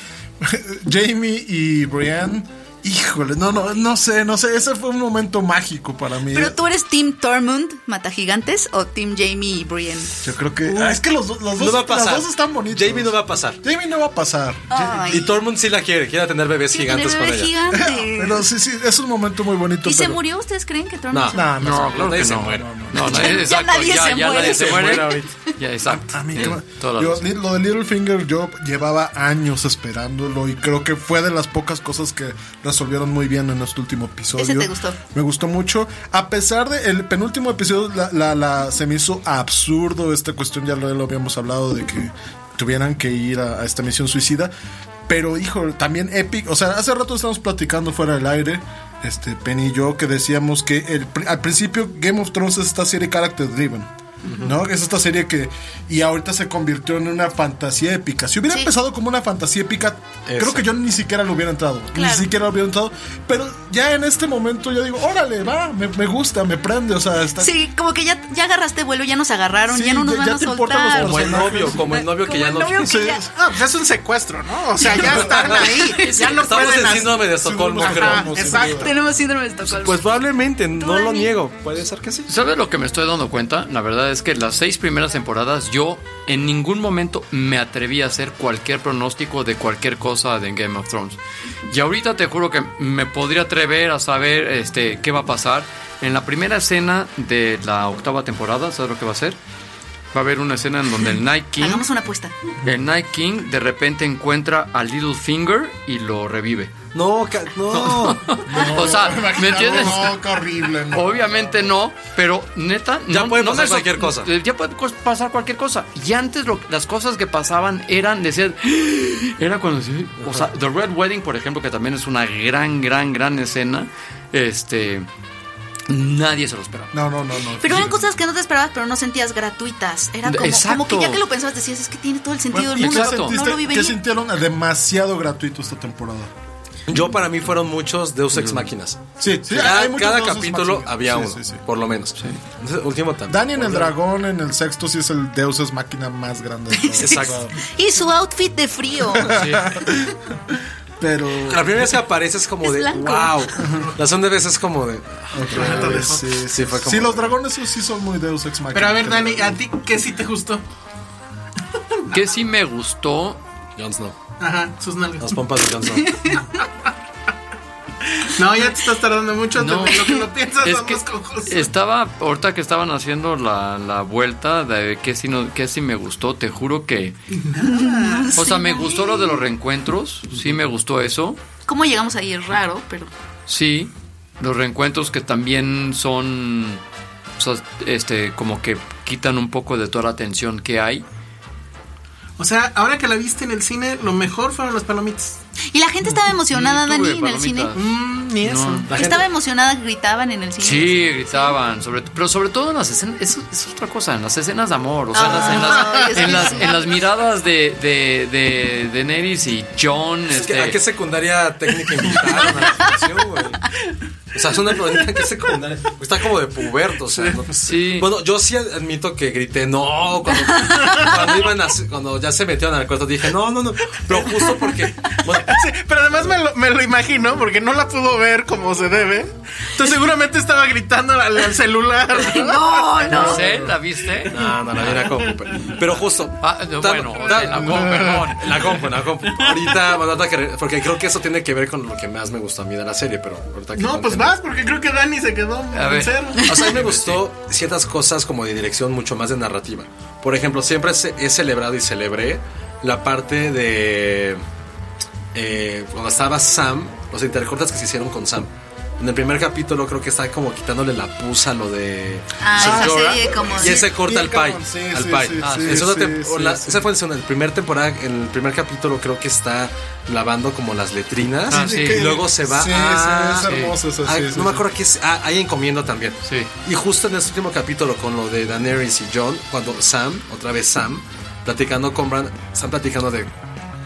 Speaker 8: Jamie y Brienne. Híjole, no, no, no sé, no sé. Ese fue un momento mágico para mí.
Speaker 5: Pero tú eres Team Tormund, Mata Gigantes, o Team Jamie y Brienne.
Speaker 8: Yo creo que. Ah, es que los, do- los dos,
Speaker 4: No va a pasar.
Speaker 8: las dos están bonitos.
Speaker 4: Jamie no va a pasar.
Speaker 8: Jamie no va a pasar.
Speaker 5: Ay.
Speaker 4: Y Tormund sí la quiere, quiere tener bebés
Speaker 5: Sí,
Speaker 4: gigantes con
Speaker 5: tiene
Speaker 4: ella.
Speaker 5: bebé gigante.
Speaker 8: Pero sí, sí, es un momento muy bonito.
Speaker 5: ¿Y se
Speaker 8: pero-
Speaker 5: murió? ¿Ustedes creen que Tormund
Speaker 4: No,
Speaker 5: se
Speaker 8: No,
Speaker 6: No,
Speaker 8: no,
Speaker 6: claro
Speaker 4: nadie
Speaker 6: que
Speaker 4: se
Speaker 6: no.
Speaker 4: muere.
Speaker 6: No, nadie-
Speaker 5: Ya
Speaker 6: exacto,
Speaker 5: nadie
Speaker 6: ya-
Speaker 5: se
Speaker 6: ya
Speaker 5: muere.
Speaker 6: nadie se muere.
Speaker 4: ahorita.
Speaker 6: Ya, exacto.
Speaker 8: Ah, A mí,
Speaker 6: Sí,
Speaker 8: ¿qué más?
Speaker 6: toda la
Speaker 8: Yo,
Speaker 6: razón.
Speaker 8: li- lo de Littlefinger yo llevaba años esperándolo y creo que fue de las pocas cosas que resolvieron muy bien en este último episodio.
Speaker 5: ¿Ese te gustó?
Speaker 8: Me gustó mucho. A pesar de el penúltimo episodio la, la- la- se me hizo absurdo esta cuestión, ya lo, lo habíamos hablado, de que tuvieran que ir a, a esta misión suicida. Pero hijo, también Epic, o sea, hace rato estábamos platicando fuera del aire, este Penny y yo, que decíamos que el pri- al principio Game of Thrones es esta serie character driven. ¿No? Es esta serie que. Y ahorita se convirtió en una fantasía épica. Si hubiera
Speaker 5: Sí.
Speaker 8: empezado como una fantasía épica, creo que yo ni siquiera lo hubiera entrado.
Speaker 5: Claro.
Speaker 8: Ni siquiera lo hubiera entrado. Pero ya en este momento yo digo, órale, va, me, me gusta, me prende. O sea, está.
Speaker 5: Sí, como que ya, ya agarraste vuelo, ya nos agarraron,
Speaker 8: Sí,
Speaker 5: ya no nos
Speaker 8: ya-
Speaker 5: van
Speaker 8: ya
Speaker 5: a
Speaker 8: te importan los
Speaker 5: soltar.
Speaker 4: Como el novio, como el novio que
Speaker 5: Como
Speaker 4: ya
Speaker 5: el
Speaker 4: no.
Speaker 5: novio que
Speaker 4: Sí.
Speaker 5: ya-
Speaker 7: Ah, pues es un secuestro, ¿no? O sea, ya están ahí. Ya no
Speaker 4: Estamos
Speaker 7: pueden
Speaker 4: en
Speaker 7: hacer-
Speaker 4: síndrome de Estocolmo,
Speaker 7: Ajá,
Speaker 4: creo.
Speaker 7: exacto.
Speaker 5: Tenemos síndrome de Estocolmo.
Speaker 4: Pues probablemente, no lo
Speaker 5: Dani.
Speaker 4: niego. Puede ser que sí.
Speaker 6: ¿Sabes lo que me estoy dando cuenta? La verdad es que las seis primeras temporadas yo en ningún momento me atreví a hacer cualquier pronóstico de cualquier cosa de Game of Thrones. Y ahorita te juro que me podría atrever a saber este, qué va a pasar. En la primera escena de la octava temporada, ¿sabes lo que va a ser? Va a haber una escena en donde el Night King,
Speaker 5: Hagamos una apuesta.
Speaker 6: el Night King de repente encuentra a Littlefinger y lo revive.
Speaker 4: No, ca- no.
Speaker 6: o sea, ¿me entiendes?
Speaker 8: No, qué horrible. no.
Speaker 6: Obviamente no, pero neta,
Speaker 4: Ya
Speaker 6: no,
Speaker 4: puede
Speaker 6: no
Speaker 4: pasar
Speaker 6: me sor-
Speaker 4: cualquier cosa.
Speaker 6: eh, Ya puede cos- pasar cualquier cosa. Y antes lo- las cosas que pasaban eran de ser. Era cuando. se- O sea, The Red Wedding, por ejemplo, que también es una gran, gran, gran escena. Este. Nadie se lo esperaba.
Speaker 8: No, no, no, no.
Speaker 5: Pero eran cosas que no te esperabas, pero no sentías gratuitas. Era como,
Speaker 6: Exacto.
Speaker 5: como que ya que lo pensabas decías, es que tiene todo el sentido
Speaker 8: Bueno,
Speaker 5: del
Speaker 8: ¿y
Speaker 5: mundo.
Speaker 8: ¿Qué,
Speaker 6: Exacto.
Speaker 8: sentiste,
Speaker 5: No lo vi
Speaker 8: ¿Qué
Speaker 5: venir.
Speaker 8: sintieron demasiado gratuito esta temporada?
Speaker 4: Yo para mí fueron muchos Deus Ex Máquinas.
Speaker 8: Sí, sí,
Speaker 4: cada
Speaker 8: hay muchos
Speaker 4: cada
Speaker 8: de esos
Speaker 4: capítulo
Speaker 8: máquinas.
Speaker 4: había
Speaker 8: Sí,
Speaker 4: uno,
Speaker 8: sí, sí.
Speaker 4: por lo menos. Entonces, último también.
Speaker 8: Dani en el dragón, en el sexto, sí es el Deus es máquina más grande. de todos.
Speaker 4: Exacto.
Speaker 5: Y su outfit de frío.
Speaker 8: Pero.
Speaker 4: La primera vez que aparece es como
Speaker 5: Es
Speaker 4: de
Speaker 5: blanco.
Speaker 4: wow. La segunda vez es como de. "Ah,
Speaker 8: Otra vez, sí, sí,
Speaker 4: Sí, fue como-
Speaker 8: sí, los dragones sí- sí son muy Deus Ex Machina.
Speaker 7: Pero a ver, Dani, ¿a ti qué sí te gustó?
Speaker 6: Que sí me gustó.
Speaker 4: Jon Snow.
Speaker 7: Ajá, sus nalgas.
Speaker 4: Las pompas de Jon Snow.
Speaker 7: No, ya te estás tardando mucho.
Speaker 6: No,
Speaker 7: te- lo que no piensas
Speaker 6: es
Speaker 7: son
Speaker 6: que
Speaker 7: los cojos.
Speaker 6: estaba, ahorita que estaban haciendo la, la vuelta de que si, no, que si me gustó, te juro que... O sea, me gustó lo de los reencuentros, sí me gustó eso.
Speaker 5: ¿Cómo llegamos ahí? Es raro, pero.
Speaker 6: Sí, los reencuentros que también son, o sea, este, como que quitan un poco de toda la tensión que hay.
Speaker 7: O sea, ahora que la viste en el cine, lo mejor fueron las palomitas.
Speaker 5: Y la gente estaba emocionada,
Speaker 6: Ni tuve
Speaker 5: Dani, en el
Speaker 6: palomitas.
Speaker 5: cine.
Speaker 7: Mm, ni eso.
Speaker 4: La gente-
Speaker 5: Estaba emocionada, gritaban en el cine.
Speaker 6: Sí, gritaban, sobre, pero sobre todo en las escenas, es, es otra cosa, en las escenas de amor, o sea, en
Speaker 5: Ah,
Speaker 6: las- en,
Speaker 5: Ay,
Speaker 6: las,
Speaker 5: es
Speaker 6: ah, en,
Speaker 5: que
Speaker 6: las,
Speaker 5: sí.
Speaker 6: en las miradas de, de, de, de Daenerys y John,
Speaker 4: Es que, ¿A qué
Speaker 6: este,
Speaker 4: secundaria técnica invitaron a la función, güey? O sea, es una pregunta que secundaria. Está como de puberto, o sea. ¿no?
Speaker 6: Sí.
Speaker 4: Bueno, yo sí admito que grité, no, cuando, cuando iban a- cuando ya se metieron al cuarto dije, no, no, no. Pero justo porque. bueno,
Speaker 7: Sí, pero además me lo, me lo imagino porque no la pudo ver como se debe. Entonces seguramente estaba gritando al, al celular.
Speaker 5: No, no.
Speaker 6: no sé, ¿la viste?
Speaker 4: no, Ah, no, la vi en la compu. pero- Pero justo.
Speaker 6: Ah, no,
Speaker 4: tam-
Speaker 6: bueno,
Speaker 4: tam-
Speaker 6: en la compu, perdón.
Speaker 4: En la compu, en la compu. Ahorita, bueno, ahorita que re- porque creo que eso tiene que ver con lo que más me gusta a mí de la serie, pero ahorita que.
Speaker 7: No, pues
Speaker 4: más
Speaker 7: vas, porque creo que Dani se quedó
Speaker 6: A ver.
Speaker 7: en cero.
Speaker 4: O sea, a mí me gustó ciertas cosas como de dirección mucho más de narrativa. Por ejemplo, siempre se- he celebrado y celebré la parte de eh, cuando estaba Sam, los intercortes que se hicieron con Sam. En el primer capítulo creo que está como quitándole la puza a lo de
Speaker 5: Ah, esa
Speaker 4: Sora,
Speaker 5: serie como
Speaker 4: y
Speaker 5: de-
Speaker 4: ese corta al
Speaker 8: Sí, cabrón,
Speaker 4: pie,
Speaker 8: sí,
Speaker 4: al
Speaker 8: sí,
Speaker 4: pie.
Speaker 8: sí,
Speaker 4: Ah,
Speaker 8: sí,
Speaker 4: en segunda
Speaker 8: sí,
Speaker 4: tem-
Speaker 8: sí,
Speaker 4: o la-
Speaker 8: sí.
Speaker 4: Esa fue en el primer temporada, en el primer capítulo creo que está lavando como las letrinas
Speaker 6: Ah, sí.
Speaker 4: y luego se va
Speaker 8: Sí,
Speaker 4: a
Speaker 8: sí, es hermoso eso.
Speaker 4: Ah,
Speaker 8: sí,
Speaker 4: no
Speaker 8: sí,
Speaker 4: me
Speaker 8: sí.
Speaker 4: acuerdo qué es. Ah, hay encomienda también.
Speaker 6: Sí.
Speaker 4: Y justo en este último capítulo con lo de Daenerys y John, cuando Sam, otra vez Sam, platicando con Bran, están platicando de.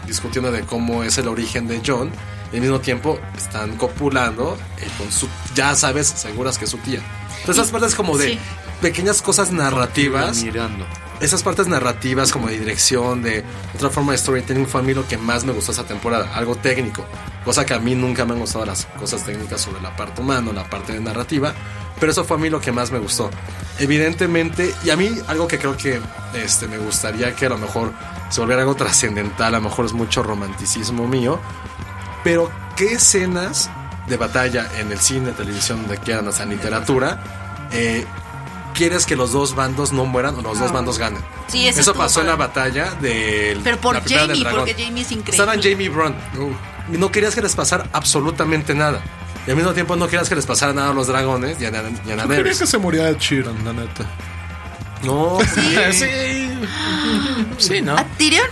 Speaker 4: discutiendo de cómo es el origen de John. Y al mismo tiempo están copulando eh, con su. ya sabes, seguras que es su tía. Entonces, esas partes como de.
Speaker 5: Sí.
Speaker 4: pequeñas cosas narrativas
Speaker 6: Mirando.
Speaker 4: esas partes narrativas como de dirección, de otra forma de storytelling fue a mí lo que más me gustó esa temporada, algo técnico, cosa que a mí nunca me han gustado las cosas técnicas sobre la parte humana, la parte de narrativa, pero eso fue a mí lo que más me gustó. Evidentemente, y a mí algo que creo que este, me gustaría que a lo mejor se volviera algo trascendental, a lo mejor es mucho romanticismo mío, pero ¿qué escenas de batalla en el cine, televisión, donde quieran, hasta en literatura, eh, quieres que los dos bandos no mueran o los dos bandos ganen.
Speaker 5: Sí, eso
Speaker 4: Eso
Speaker 5: estuvo
Speaker 4: pasó en la
Speaker 5: padre.
Speaker 4: batalla del.
Speaker 5: Pero por
Speaker 4: la primera del
Speaker 5: Jamie,
Speaker 4: dragón.
Speaker 5: porque Jamie es increíble.
Speaker 4: Estaban Jamie y Bron. Y no querías que les pasara absolutamente nada. Y al mismo tiempo no querías que les pasara nada a los dragones y a, Na- y
Speaker 9: No
Speaker 4: a
Speaker 9: quería
Speaker 4: Daenerys.
Speaker 9: que se muriera Chiron, la neta.
Speaker 4: No,
Speaker 9: Eh, Sí.
Speaker 6: Sí, ¿no?
Speaker 5: ¿A Tyrion?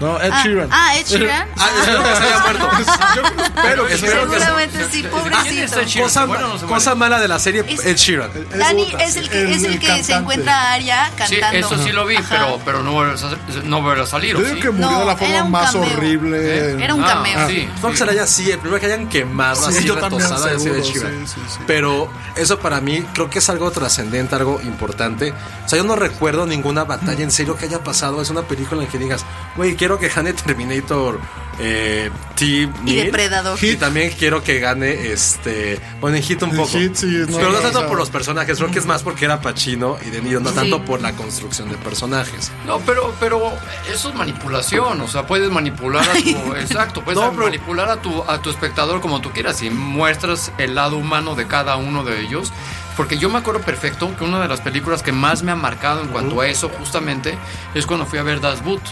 Speaker 9: No, Ed
Speaker 5: Ah,
Speaker 9: Sheeran.
Speaker 5: Ah, Ed Sheeran.
Speaker 4: Ah, espero que se haya muerto. Espero que espero que se-
Speaker 6: Ah,
Speaker 5: Seguramente sí, pobrecito.
Speaker 4: Cosa, cosa mala de la serie
Speaker 5: Es-
Speaker 4: Ed Sheeran.
Speaker 5: Dani es el que, es el que se
Speaker 9: cantante.
Speaker 5: encuentra a Arya
Speaker 6: Sí,
Speaker 5: cantando.
Speaker 6: eso sí lo vi,
Speaker 5: Ajá.
Speaker 6: pero, pero no volverá a sa- no volverá a salir. ¿o
Speaker 9: Yo digo
Speaker 6: sí?
Speaker 9: que murió
Speaker 5: No,
Speaker 9: de la
Speaker 5: era
Speaker 9: forma
Speaker 5: un
Speaker 9: más
Speaker 5: cameo.
Speaker 9: horrible.
Speaker 5: Era un
Speaker 6: Ah,
Speaker 5: cameo.
Speaker 6: sí.
Speaker 4: No que se la haya así, el primero que hayan quemado así,
Speaker 9: yo también,
Speaker 4: retosada así de
Speaker 9: seguro,
Speaker 4: Sheeran.
Speaker 9: sí, sí, sí.
Speaker 4: Pero eso para mí creo que es algo trascendente, algo importante. O sea, yo no recuerdo ninguna batalla en serio que haya pasado. Es una película en que digas, güey, quiero que gane Terminator eh, T.
Speaker 5: Y
Speaker 4: Mil".
Speaker 5: Depredador.
Speaker 4: Y también quiero que gane este. Bueno, en Hit un
Speaker 9: En
Speaker 4: poco.
Speaker 9: Hit, sí, no,
Speaker 4: pero no
Speaker 9: o
Speaker 4: tanto
Speaker 9: sea-
Speaker 4: por los personajes, creo que es más porque era Pacino y De Niro, no
Speaker 5: Sí.
Speaker 4: tanto por la construcción de personajes.
Speaker 6: No, pero, pero eso es manipulación, o sea, puedes manipular a tu, exacto, puedes
Speaker 4: No, pero-
Speaker 6: manipular a tu, a tu espectador como tú quieras y muestras el lado humano de cada uno de ellos. Porque yo me acuerdo perfecto que una de las películas que más me ha marcado en cuanto a eso justamente es cuando fui a ver Das Boot.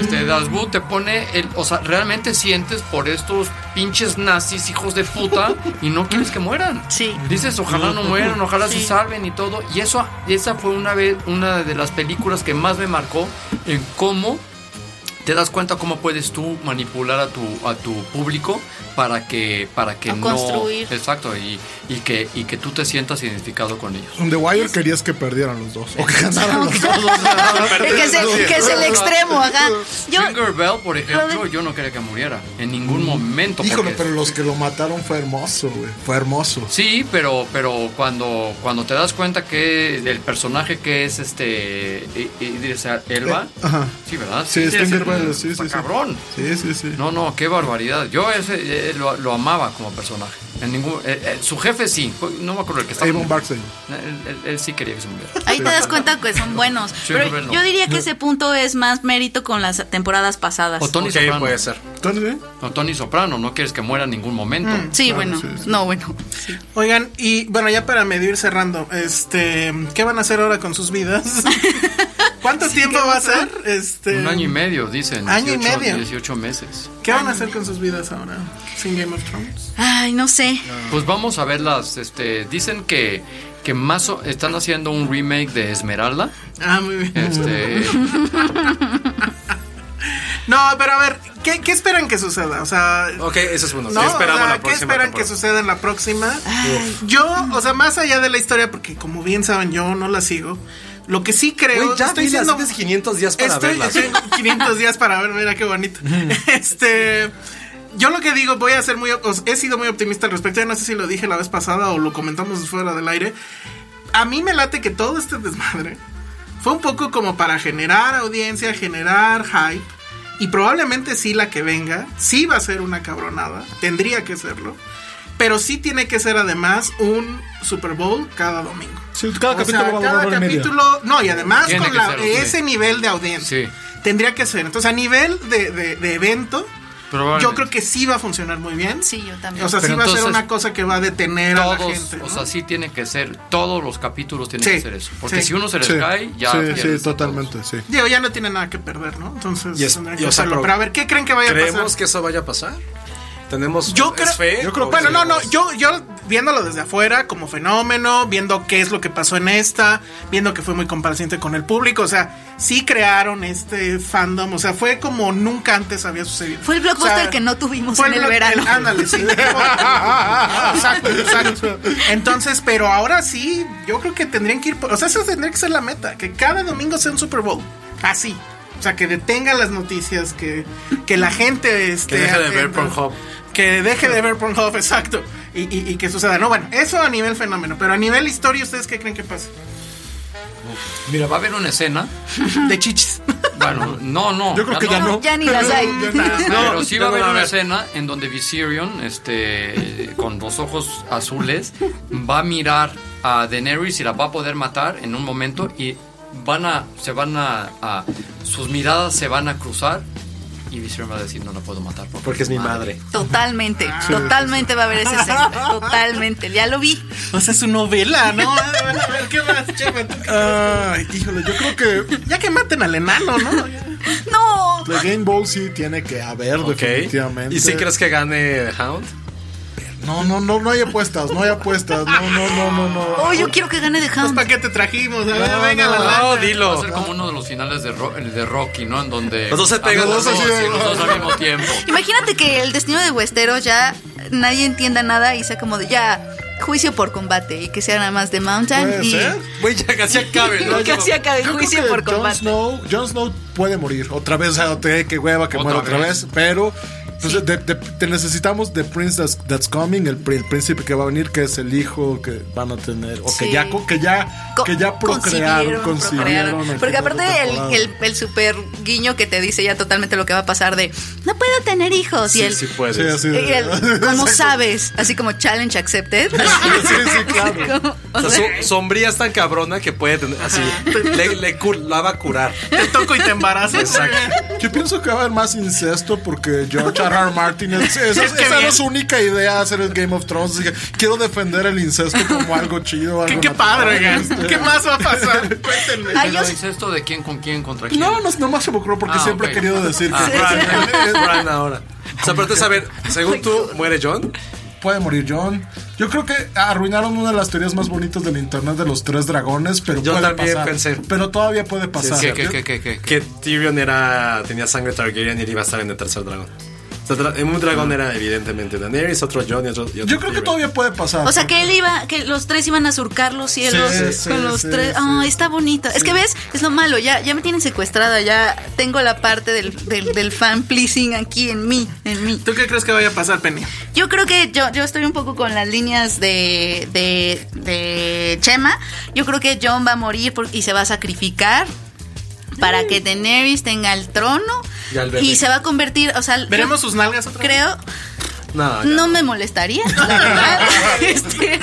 Speaker 6: Este Das Boot te pone, el, o sea, realmente sientes por estos pinches nazis hijos de puta y no quieres que mueran.
Speaker 5: Sí.
Speaker 6: Dices, ojalá no mueran, ojalá se
Speaker 5: Sí.
Speaker 6: salven y todo. Y eso, esa fue una vez, una de las películas que más me marcó en cómo te das cuenta cómo puedes tú manipular a tu, a tu público para que, para que
Speaker 5: A
Speaker 6: no.
Speaker 5: construir.
Speaker 6: Exacto, y, y que, y que tú te sientas identificado con ellos.
Speaker 9: The Wire querías que perdieran los dos. O que ganaran los dos.
Speaker 5: El Ah, que, es el, que es el extremo, ajá. Yo,
Speaker 6: Finger Bell, por ejemplo,
Speaker 5: de-
Speaker 6: yo no quería que muriera en ningún momento.
Speaker 9: Híjole,
Speaker 6: porque-
Speaker 9: pero los que lo mataron fue hermoso, güey. Fue hermoso.
Speaker 6: Sí, pero, pero cuando, cuando te das cuenta que el personaje que es este I- Idris Elba,
Speaker 9: Ajá.
Speaker 6: sí, ¿verdad?
Speaker 9: Sí,
Speaker 6: es
Speaker 9: Stenger Bell, sí, sí, sí.
Speaker 6: Cabrón.
Speaker 9: Sí, sí, sí.
Speaker 6: No, no, qué barbaridad. Yo ese eh, lo, lo amaba como personaje. En ningún, eh, eh, su jefe sí, no me acuerdo el que estaba.
Speaker 9: Avon Barksdale.
Speaker 6: Él, él- él sí quería que se muriera.
Speaker 5: ahí te das cuenta que son buenos.
Speaker 6: Rubén,
Speaker 5: Pero
Speaker 6: no.
Speaker 5: yo diría que ese punto es más mérito con las temporadas pasadas.
Speaker 6: O Tony
Speaker 4: Ok, pues.
Speaker 6: Soprano.
Speaker 4: puede ser.
Speaker 9: ¿Entonces bien?
Speaker 6: O Tony Soprano, no quieres que muera en ningún momento.
Speaker 5: Mm, Sí, bueno. No, bueno.
Speaker 7: Oigan, y bueno, ya para medir cerrando, este, ¿qué van a hacer ahora con sus vidas? ¿Cuánto tiempo va a ser? Este,
Speaker 6: Un año y medio, dicen.
Speaker 7: Año y medio.
Speaker 6: 18 meses.
Speaker 7: ¿Qué van a hacer con sus vidas ahora? Sin Game of Thrones.
Speaker 5: Ay, no sé.
Speaker 6: Pues vamos a ver las, este, dicen que, que más o- están haciendo un remake de Esmeralda.
Speaker 7: Ah, muy bien.
Speaker 6: Este,
Speaker 7: No, pero a ver, ¿qué, qué esperan que suceda? O sea,
Speaker 4: Ok, eso es bueno.
Speaker 7: No,
Speaker 4: ¿Qué esperamos
Speaker 7: o sea,
Speaker 4: la próxima
Speaker 7: ¿Qué esperan
Speaker 4: temporada?
Speaker 7: que suceda en la próxima? Yo, o sea, más allá de la historia, porque como bien saben, yo no la sigo. Lo que sí creo.
Speaker 4: Güey, ya
Speaker 7: estoy
Speaker 4: vi las
Speaker 7: siendo-
Speaker 4: tienes 500 días para
Speaker 7: estoy,
Speaker 4: verlas.
Speaker 7: tengo 500 días para ver, mira qué bonito. este. Yo lo que digo, voy a ser muy. op- o sea, He sido muy optimista al respecto. Yo no sé si lo dije la vez pasada o lo comentamos fuera del aire. A mí me late que todo este desmadre fue un poco como para generar audiencia, generar hype. Y probablemente sí la que venga, sí va a ser una cabronada, tendría que serlo. Pero sí tiene que ser además un Super Bowl cada domingo.
Speaker 9: Sí, cada
Speaker 7: O
Speaker 9: capítulo
Speaker 7: sea,
Speaker 9: va a durar
Speaker 7: cada
Speaker 9: hora y media.
Speaker 7: capítulo- no, y además
Speaker 6: Tiene
Speaker 7: con
Speaker 6: que
Speaker 7: la-
Speaker 6: ser, sí.
Speaker 7: ese nivel de audiencia.
Speaker 6: Sí.
Speaker 7: Tendría que ser. Entonces, a nivel de, de- de evento,
Speaker 6: probablemente.
Speaker 7: yo creo que sí va a funcionar muy bien.
Speaker 5: Sí, yo también.
Speaker 7: O sea,
Speaker 6: Pero
Speaker 7: sí va a ser
Speaker 6: entonces,
Speaker 7: una cosa que va a detener a la
Speaker 6: todos,
Speaker 7: gente. ¿no?
Speaker 6: o sea, sí tiene que ser, todos los capítulos tienen
Speaker 7: Sí,
Speaker 6: que ser eso. Porque
Speaker 7: sí.
Speaker 6: si uno se les
Speaker 9: Sí,
Speaker 6: cae, ya.
Speaker 9: sí,
Speaker 6: pierdes a
Speaker 9: sí,
Speaker 6: todos.
Speaker 9: totalmente, sí.
Speaker 7: Digo, ya no tiene nada que perder, ¿no? Entonces,
Speaker 4: Y es-
Speaker 7: tendrán
Speaker 4: y
Speaker 7: que
Speaker 4: o sea,
Speaker 7: hacerlo.
Speaker 4: pero-
Speaker 7: Pero a ver, ¿qué creen que vaya a pasar?
Speaker 4: ¿Creemos que eso vaya a pasar? Tenemos
Speaker 7: Yo creo,
Speaker 4: es fe,
Speaker 9: yo creo-
Speaker 4: ¿O
Speaker 7: bueno, no, no,
Speaker 4: creemos?
Speaker 7: yo, yo viéndolo desde afuera como fenómeno, viendo qué es lo que pasó en esta, viendo que fue muy complaciente con el público, o sea, sí crearon este fandom, o sea, fue como nunca antes había sucedido.
Speaker 5: Fue el blockbuster
Speaker 7: O sea,
Speaker 5: que no tuvimos
Speaker 7: fue
Speaker 5: en el
Speaker 7: block-
Speaker 5: verano.
Speaker 7: ándale, sí. exacto, exacto. Entonces, pero ahora sí, yo creo que tendrían que ir, por- o sea, esa tendría que ser la meta, que cada domingo sea un Super Bowl, así. O sea, que detenga las noticias, que, que la gente esté...
Speaker 4: deje de ver
Speaker 7: atenta.
Speaker 4: Pornhub.
Speaker 7: Que deje de ver Pornhub, exacto. Y, y- y que suceda. No, bueno, eso a nivel fenómeno. Pero a nivel historia, ¿ustedes qué creen que pasa?
Speaker 6: Mira, va a haber una escena.
Speaker 7: De chichis.
Speaker 6: Bueno, no, no.
Speaker 9: Yo creo que ya no.
Speaker 5: Ya ni las hay.
Speaker 6: Pero sí va a
Speaker 4: no
Speaker 6: haber
Speaker 4: la
Speaker 6: una
Speaker 4: veo.
Speaker 6: escena en donde Viserion, este, con los ojos azules, va a mirar a Daenerys y la va a poder matar en un momento y van a, se van a, a- sus miradas se van a cruzar Y Viserion va a decir, no la puedo matar porque,
Speaker 4: Porque es mi madre.
Speaker 5: Totalmente, totalmente va a haber ese escena. Totalmente, ya lo vi.
Speaker 7: O sea, es una novela, ¿no? A ver, a ver, ¿qué más, Chema? ¿Tú qué
Speaker 9: Ay, híjole, yo creo que
Speaker 7: crees? Ya que maten al enano, ¿no?
Speaker 5: No.
Speaker 9: la Game Ball sí tiene que haber,
Speaker 4: Ok.
Speaker 9: definitivamente.
Speaker 4: ¿Y si crees que gane Hound?
Speaker 9: No, no, no, no hay apuestas, no hay apuestas. No, no, no, no, no.
Speaker 5: Oh, yo quiero que gane de Hound.
Speaker 7: ¿Para Pues, qué te trajimos? A ver,
Speaker 9: No,
Speaker 7: venga,
Speaker 9: no,
Speaker 7: la
Speaker 9: no.
Speaker 7: lana.
Speaker 4: No,
Speaker 6: Va a
Speaker 4: dilo.
Speaker 6: ser como uno de los finales de, Ro- el de Rocky, ¿no? En donde...
Speaker 4: Los dos se
Speaker 6: a
Speaker 4: pegan,
Speaker 6: los dos,
Speaker 9: los dos así
Speaker 6: sí,
Speaker 9: de-
Speaker 6: los dos al mismo tiempo.
Speaker 5: Imagínate que el destino de Westeros ya nadie entienda nada y sea como de ya juicio por combate y que sea nada más de Mountain
Speaker 9: Puede
Speaker 5: y
Speaker 9: ser.
Speaker 4: Güey, ya casi acabe, ¿no?
Speaker 5: y que así acabe
Speaker 9: Yo creo
Speaker 5: juicio
Speaker 9: que
Speaker 5: por
Speaker 9: Jon
Speaker 5: combate.
Speaker 9: Snow, Jon Snow puede morir otra vez, o sea, te- que hueva que
Speaker 6: Otra
Speaker 9: muera otra
Speaker 6: vez.
Speaker 9: vez, pero pues, de- de- te necesitamos The Prince that's, that's Coming, el, pri- el príncipe que va a venir, que es el hijo que van a tener, o
Speaker 5: Sí.
Speaker 9: que ya, co- que ya,
Speaker 5: co-
Speaker 9: que ya procrearon, este,
Speaker 5: concibieron,
Speaker 9: concibieron.
Speaker 5: procrearon.
Speaker 9: al
Speaker 5: Porque
Speaker 9: final de
Speaker 5: aparte el,
Speaker 9: temporada.
Speaker 5: el, el super guiño que te dice ya totalmente lo que va a pasar de no puedo tener hijos y el,
Speaker 4: Sí puedes.
Speaker 9: Sí, así
Speaker 5: y
Speaker 9: de-
Speaker 5: el, ¿cómo sabes? Así como challenge accepted.
Speaker 9: sí, sí, claro.
Speaker 5: Como,
Speaker 4: O sea,
Speaker 5: o sea,
Speaker 4: so- sombría es tan cabrona que puede tener. Así. Le, le cur- la va a curar.
Speaker 7: Te toco y te embarazo.
Speaker 9: Yo pienso que va a haber más incesto porque George R. R. Martin es- esa,
Speaker 7: Es que
Speaker 9: esa era
Speaker 7: bien.
Speaker 9: su única idea hacer el Game of Thrones. así que quiero defender el incesto como algo chido.
Speaker 7: Qué,
Speaker 9: algo
Speaker 7: qué padre,
Speaker 9: natural,
Speaker 7: oigan.
Speaker 9: este.
Speaker 7: ¿Qué más va a pasar? Cuéntenme.
Speaker 5: Ay,
Speaker 6: Pero
Speaker 5: yo-
Speaker 6: dice esto de quién con quién contra quién.
Speaker 9: No, no, nomás se me ocurrió porque
Speaker 6: Ah,
Speaker 9: siempre
Speaker 6: ok.
Speaker 9: he querido decir que
Speaker 4: Bran, es Bran ahora. O sea, aparte, a ver, según tú, muere John.
Speaker 9: puede morir John. Yo creo que arruinaron una de las teorías más bonitas del internet de los tres dragones, pero
Speaker 4: Yo
Speaker 9: puede
Speaker 4: también
Speaker 9: pasar.
Speaker 4: pensé.
Speaker 9: Pero todavía puede pasar.
Speaker 6: ¿Qué, qué, qué, qué, qué?
Speaker 4: Que Tyrion era, tenía sangre Targaryen y él iba a estar en el tercer dragón. O sea, tra- en un
Speaker 7: Ah.
Speaker 4: dragón era evidentemente Daenerys, otro Jon y otro. y otro
Speaker 9: Yo creo que
Speaker 4: Tyrion.
Speaker 9: todavía puede pasar.
Speaker 5: o sea, que él iba, que los tres iban a surcar los cielos
Speaker 9: Sí, sí,
Speaker 5: con los
Speaker 9: sí,
Speaker 5: tres.
Speaker 9: sí.
Speaker 5: Ah, está bonito. Es que ves, es lo malo, ya, ya me tienen secuestrada, ya tengo la parte del, del, del fan pleasing aquí en mí, en mí.
Speaker 7: ¿Tú qué crees que vaya a pasar, Penny?
Speaker 5: Yo creo que yo, yo estoy un poco con las líneas de, de, de Chema. Yo creo que John va a morir por- y se va a sacrificar
Speaker 6: Mm.
Speaker 5: para que Daenerys tenga el trono
Speaker 4: Y al bebé.
Speaker 5: y se va a convertir, o sea, yo
Speaker 7: ¿Veremos sus nalgas otra vez?
Speaker 5: creo,
Speaker 4: No, Ah, ya.
Speaker 5: no me molestaría, la verdad. Este,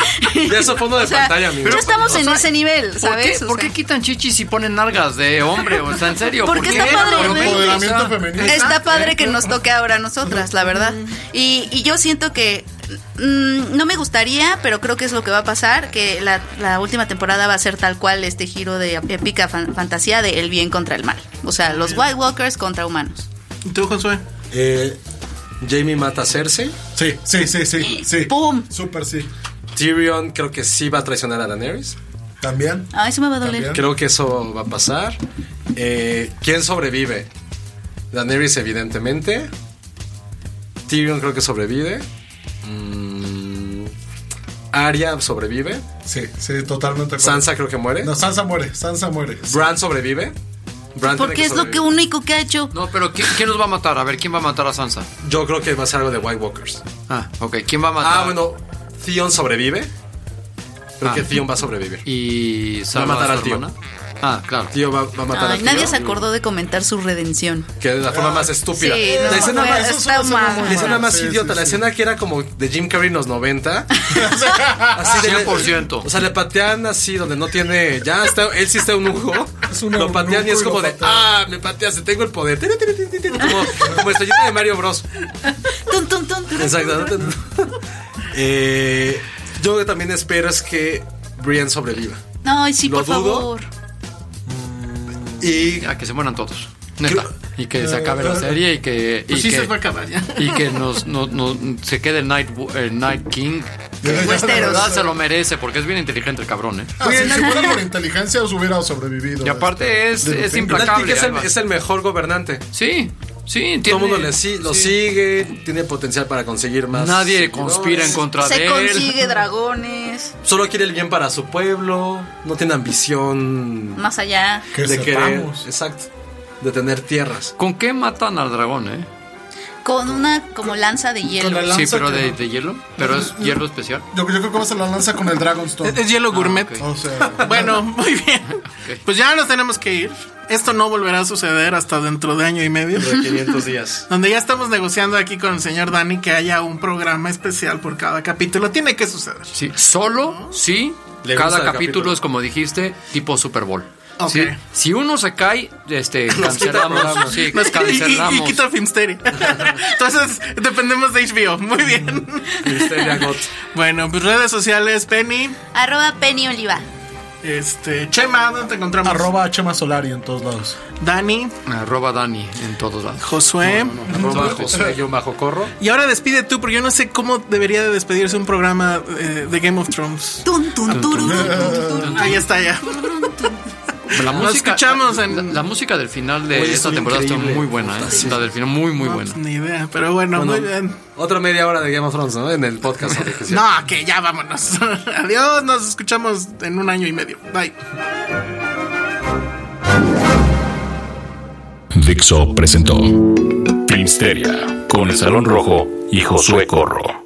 Speaker 4: Ya eso fue uno de
Speaker 5: o sea,
Speaker 4: pantalla, amigo.
Speaker 5: Ya estamos en ese nivel,
Speaker 6: ¿Por
Speaker 5: ¿sabes?
Speaker 6: qué,
Speaker 5: O
Speaker 6: por
Speaker 5: sea,
Speaker 6: qué quitan chichis y ponen nalgas de hombre? O sea, en serio.
Speaker 5: Porque
Speaker 6: ¿Por qué?
Speaker 5: está padre,
Speaker 6: ¿Por
Speaker 5: güey.
Speaker 6: qué?
Speaker 9: Empoderamiento
Speaker 6: O sea,
Speaker 9: femenino.
Speaker 5: Está padre que nos toque ahora a nosotras, la verdad. Y, y yo siento que mm, no me gustaría, pero creo que es lo que va a pasar, que la, la última temporada va a ser tal cual este giro de épica fan- fantasía de el bien contra el mal. O sea, los White Walkers contra humanos.
Speaker 7: ¿Y tú, Josué?
Speaker 4: Eh, Jamie mata a Cersei.
Speaker 9: Sí, sí, sí, sí. sí.
Speaker 5: ¡Pum!
Speaker 9: Súper sí.
Speaker 4: Tyrion creo que sí va a traicionar a Daenerys.
Speaker 9: También.
Speaker 5: Ah, eso me va a doler.
Speaker 9: También.
Speaker 4: Creo que eso va a pasar. Eh, ¿Quién sobrevive? Daenerys, evidentemente. Tyrion creo que sobrevive. Mm, Arya sobrevive.
Speaker 9: Sí, sí, totalmente. de acuerdo.
Speaker 4: Sansa creo que muere.
Speaker 9: No, Sansa muere, Sansa muere.
Speaker 4: Bran sobrevive. Bran tiene
Speaker 5: Porque es lo que
Speaker 4: sobrevivir.
Speaker 5: único que ha hecho.
Speaker 6: No, pero ¿quién, quién los va a matar? A ver, ¿quién va a matar a Sansa?
Speaker 4: Yo creo que va a ser algo de White Walkers.
Speaker 6: Ah, ok. ¿Quién va a matar?
Speaker 4: Ah, bueno, Theon sobrevive. Creo
Speaker 6: Ah.
Speaker 4: que Theon va a sobrevivir.
Speaker 6: ¿Y salva
Speaker 4: Va a matar
Speaker 6: su
Speaker 4: al tío.
Speaker 6: hermana? Ah, claro.
Speaker 4: Tío va, va a matar a
Speaker 5: Ay, nadie
Speaker 4: Theon,
Speaker 5: se acordó de comentar su redención.
Speaker 4: Que es la
Speaker 6: Ah.
Speaker 4: forma más
Speaker 5: Sí,
Speaker 4: estúpida.
Speaker 5: no,
Speaker 4: la escena
Speaker 5: fue-
Speaker 4: más,
Speaker 5: está
Speaker 4: la escena
Speaker 5: mal.
Speaker 4: más
Speaker 9: Sí, sí,
Speaker 4: idiota, la
Speaker 9: sí.
Speaker 4: escena que era como de Jim Carrey en los 90. Así de-
Speaker 6: 100%.
Speaker 4: O sea, le patean así donde no tiene. Ya está, él sí está un ujo.
Speaker 9: Es un
Speaker 4: Lo patean y
Speaker 9: eunuco
Speaker 4: es
Speaker 9: y lo
Speaker 4: como de.
Speaker 9: patean.
Speaker 4: Ah, me pateaste, tengo el poder. Tiri, tiri, tiri, tiri, Como, como estrellita de Mario Bros.
Speaker 5: Tun, tun, tun, tun.
Speaker 4: Exactamente. Eh, yo lo que también espero es que Brian sobreviva.
Speaker 5: Ay, sí,
Speaker 4: Lo
Speaker 5: por
Speaker 4: dudo.
Speaker 5: favor.
Speaker 4: Y
Speaker 6: Ya, Ah, que se mueran todos. Neta. Y que se acabe
Speaker 9: Eh,
Speaker 6: la serie y que. Y
Speaker 7: Pues sí
Speaker 6: que,
Speaker 7: se va a acabar ya.
Speaker 6: y que nos, nos- nos- se quede el Night, el Night King. La
Speaker 5: Westeros.
Speaker 6: verdad se lo merece porque es bien inteligente el cabrón, ¿eh?
Speaker 9: Ah, sí, si fuera por inteligencia, os hubiera sobrevivido. este,
Speaker 6: Y aparte es,
Speaker 9: De
Speaker 6: es
Speaker 9: Littlefinger.
Speaker 6: implacable.
Speaker 4: Naltic es el,
Speaker 6: además.
Speaker 4: es el mejor gobernante.
Speaker 6: Sí, sí,
Speaker 4: Todo
Speaker 6: tiene-
Speaker 4: el mundo le, si- lo
Speaker 6: sí.
Speaker 4: sigue, tiene potencial para conseguir más.
Speaker 6: Nadie
Speaker 4: seguidores.
Speaker 6: conspira en contra
Speaker 5: Se
Speaker 6: de él.
Speaker 5: consigue dragones,
Speaker 4: Solo quiere el bien para su pueblo, no tiene ambición
Speaker 5: más allá.
Speaker 9: Que
Speaker 4: de querer.
Speaker 9: sepamos.
Speaker 4: Exacto. De tener tierras.
Speaker 6: ¿Con qué matan al dragón, eh?
Speaker 5: Con una como lanza de hielo.
Speaker 9: la-
Speaker 6: Sí,
Speaker 9: lanza
Speaker 6: pero
Speaker 9: que
Speaker 6: de,
Speaker 9: no.
Speaker 6: de hielo. Pero es hielo especial.
Speaker 9: Yo, yo creo que va a ser la lanza con el Dragonstone.
Speaker 7: Es, es hielo gourmet.
Speaker 6: ok.
Speaker 9: O sea.
Speaker 7: Bueno, muy bien. Pues ya nos tenemos que ir. Esto no volverá a suceder hasta dentro de año y medio.
Speaker 4: De 500 días.
Speaker 7: Donde ya estamos negociando aquí con el señor Dani que haya un programa especial por cada capítulo. Tiene que suceder.
Speaker 6: Sí, solo si
Speaker 10: Le gusta
Speaker 11: Cada
Speaker 10: el
Speaker 11: capítulo,
Speaker 10: capítulo.
Speaker 11: es como dijiste, tipo Super Bowl.
Speaker 7: Ok.
Speaker 11: Si, si uno se cae, este, cancelamos. Sí,
Speaker 7: Nos- y- y- y,
Speaker 11: cancelamos.
Speaker 7: quita Filmsteria. Entonces, dependemos de HBO. Muy bien.
Speaker 10: Filmsteria Got.
Speaker 7: Bueno, pues redes sociales, Penny.
Speaker 5: Arroba Penny Oliva.
Speaker 7: Este, Chema, ¿dónde te encontramos?
Speaker 12: Arroba Chema Solari en todos lados.
Speaker 7: Dani,
Speaker 11: Arroba Dani en todos lados.
Speaker 7: Josué.
Speaker 11: Arroba José, yo bajo corro. Eh,
Speaker 7: Y ahora despide tú, porque yo no sé cómo debería de despedirse un programa eh, de Game of Thrones.
Speaker 5: Tun, tun, turun, tun, tun, tun.
Speaker 7: Ahí está ya.
Speaker 11: La
Speaker 7: Nos escuchamos en-
Speaker 11: la, la música del final de
Speaker 10: Oye,
Speaker 11: esta
Speaker 10: estuvo
Speaker 11: temporada está
Speaker 10: increíble.
Speaker 11: muy buena, ¿eh? La del final muy, muy
Speaker 7: No,
Speaker 11: buena.
Speaker 7: pues, ni idea, pero bueno,
Speaker 10: Bueno,
Speaker 7: muy bien.
Speaker 10: Otra media hora de Game of Thrones, ¿no? En el podcast. oficial.
Speaker 7: No, que ya vámonos. Adiós, nos escuchamos en un año y medio. Bye.
Speaker 6: Dixo presentó Filmsteria con el Salón Rojo y Josué Corro.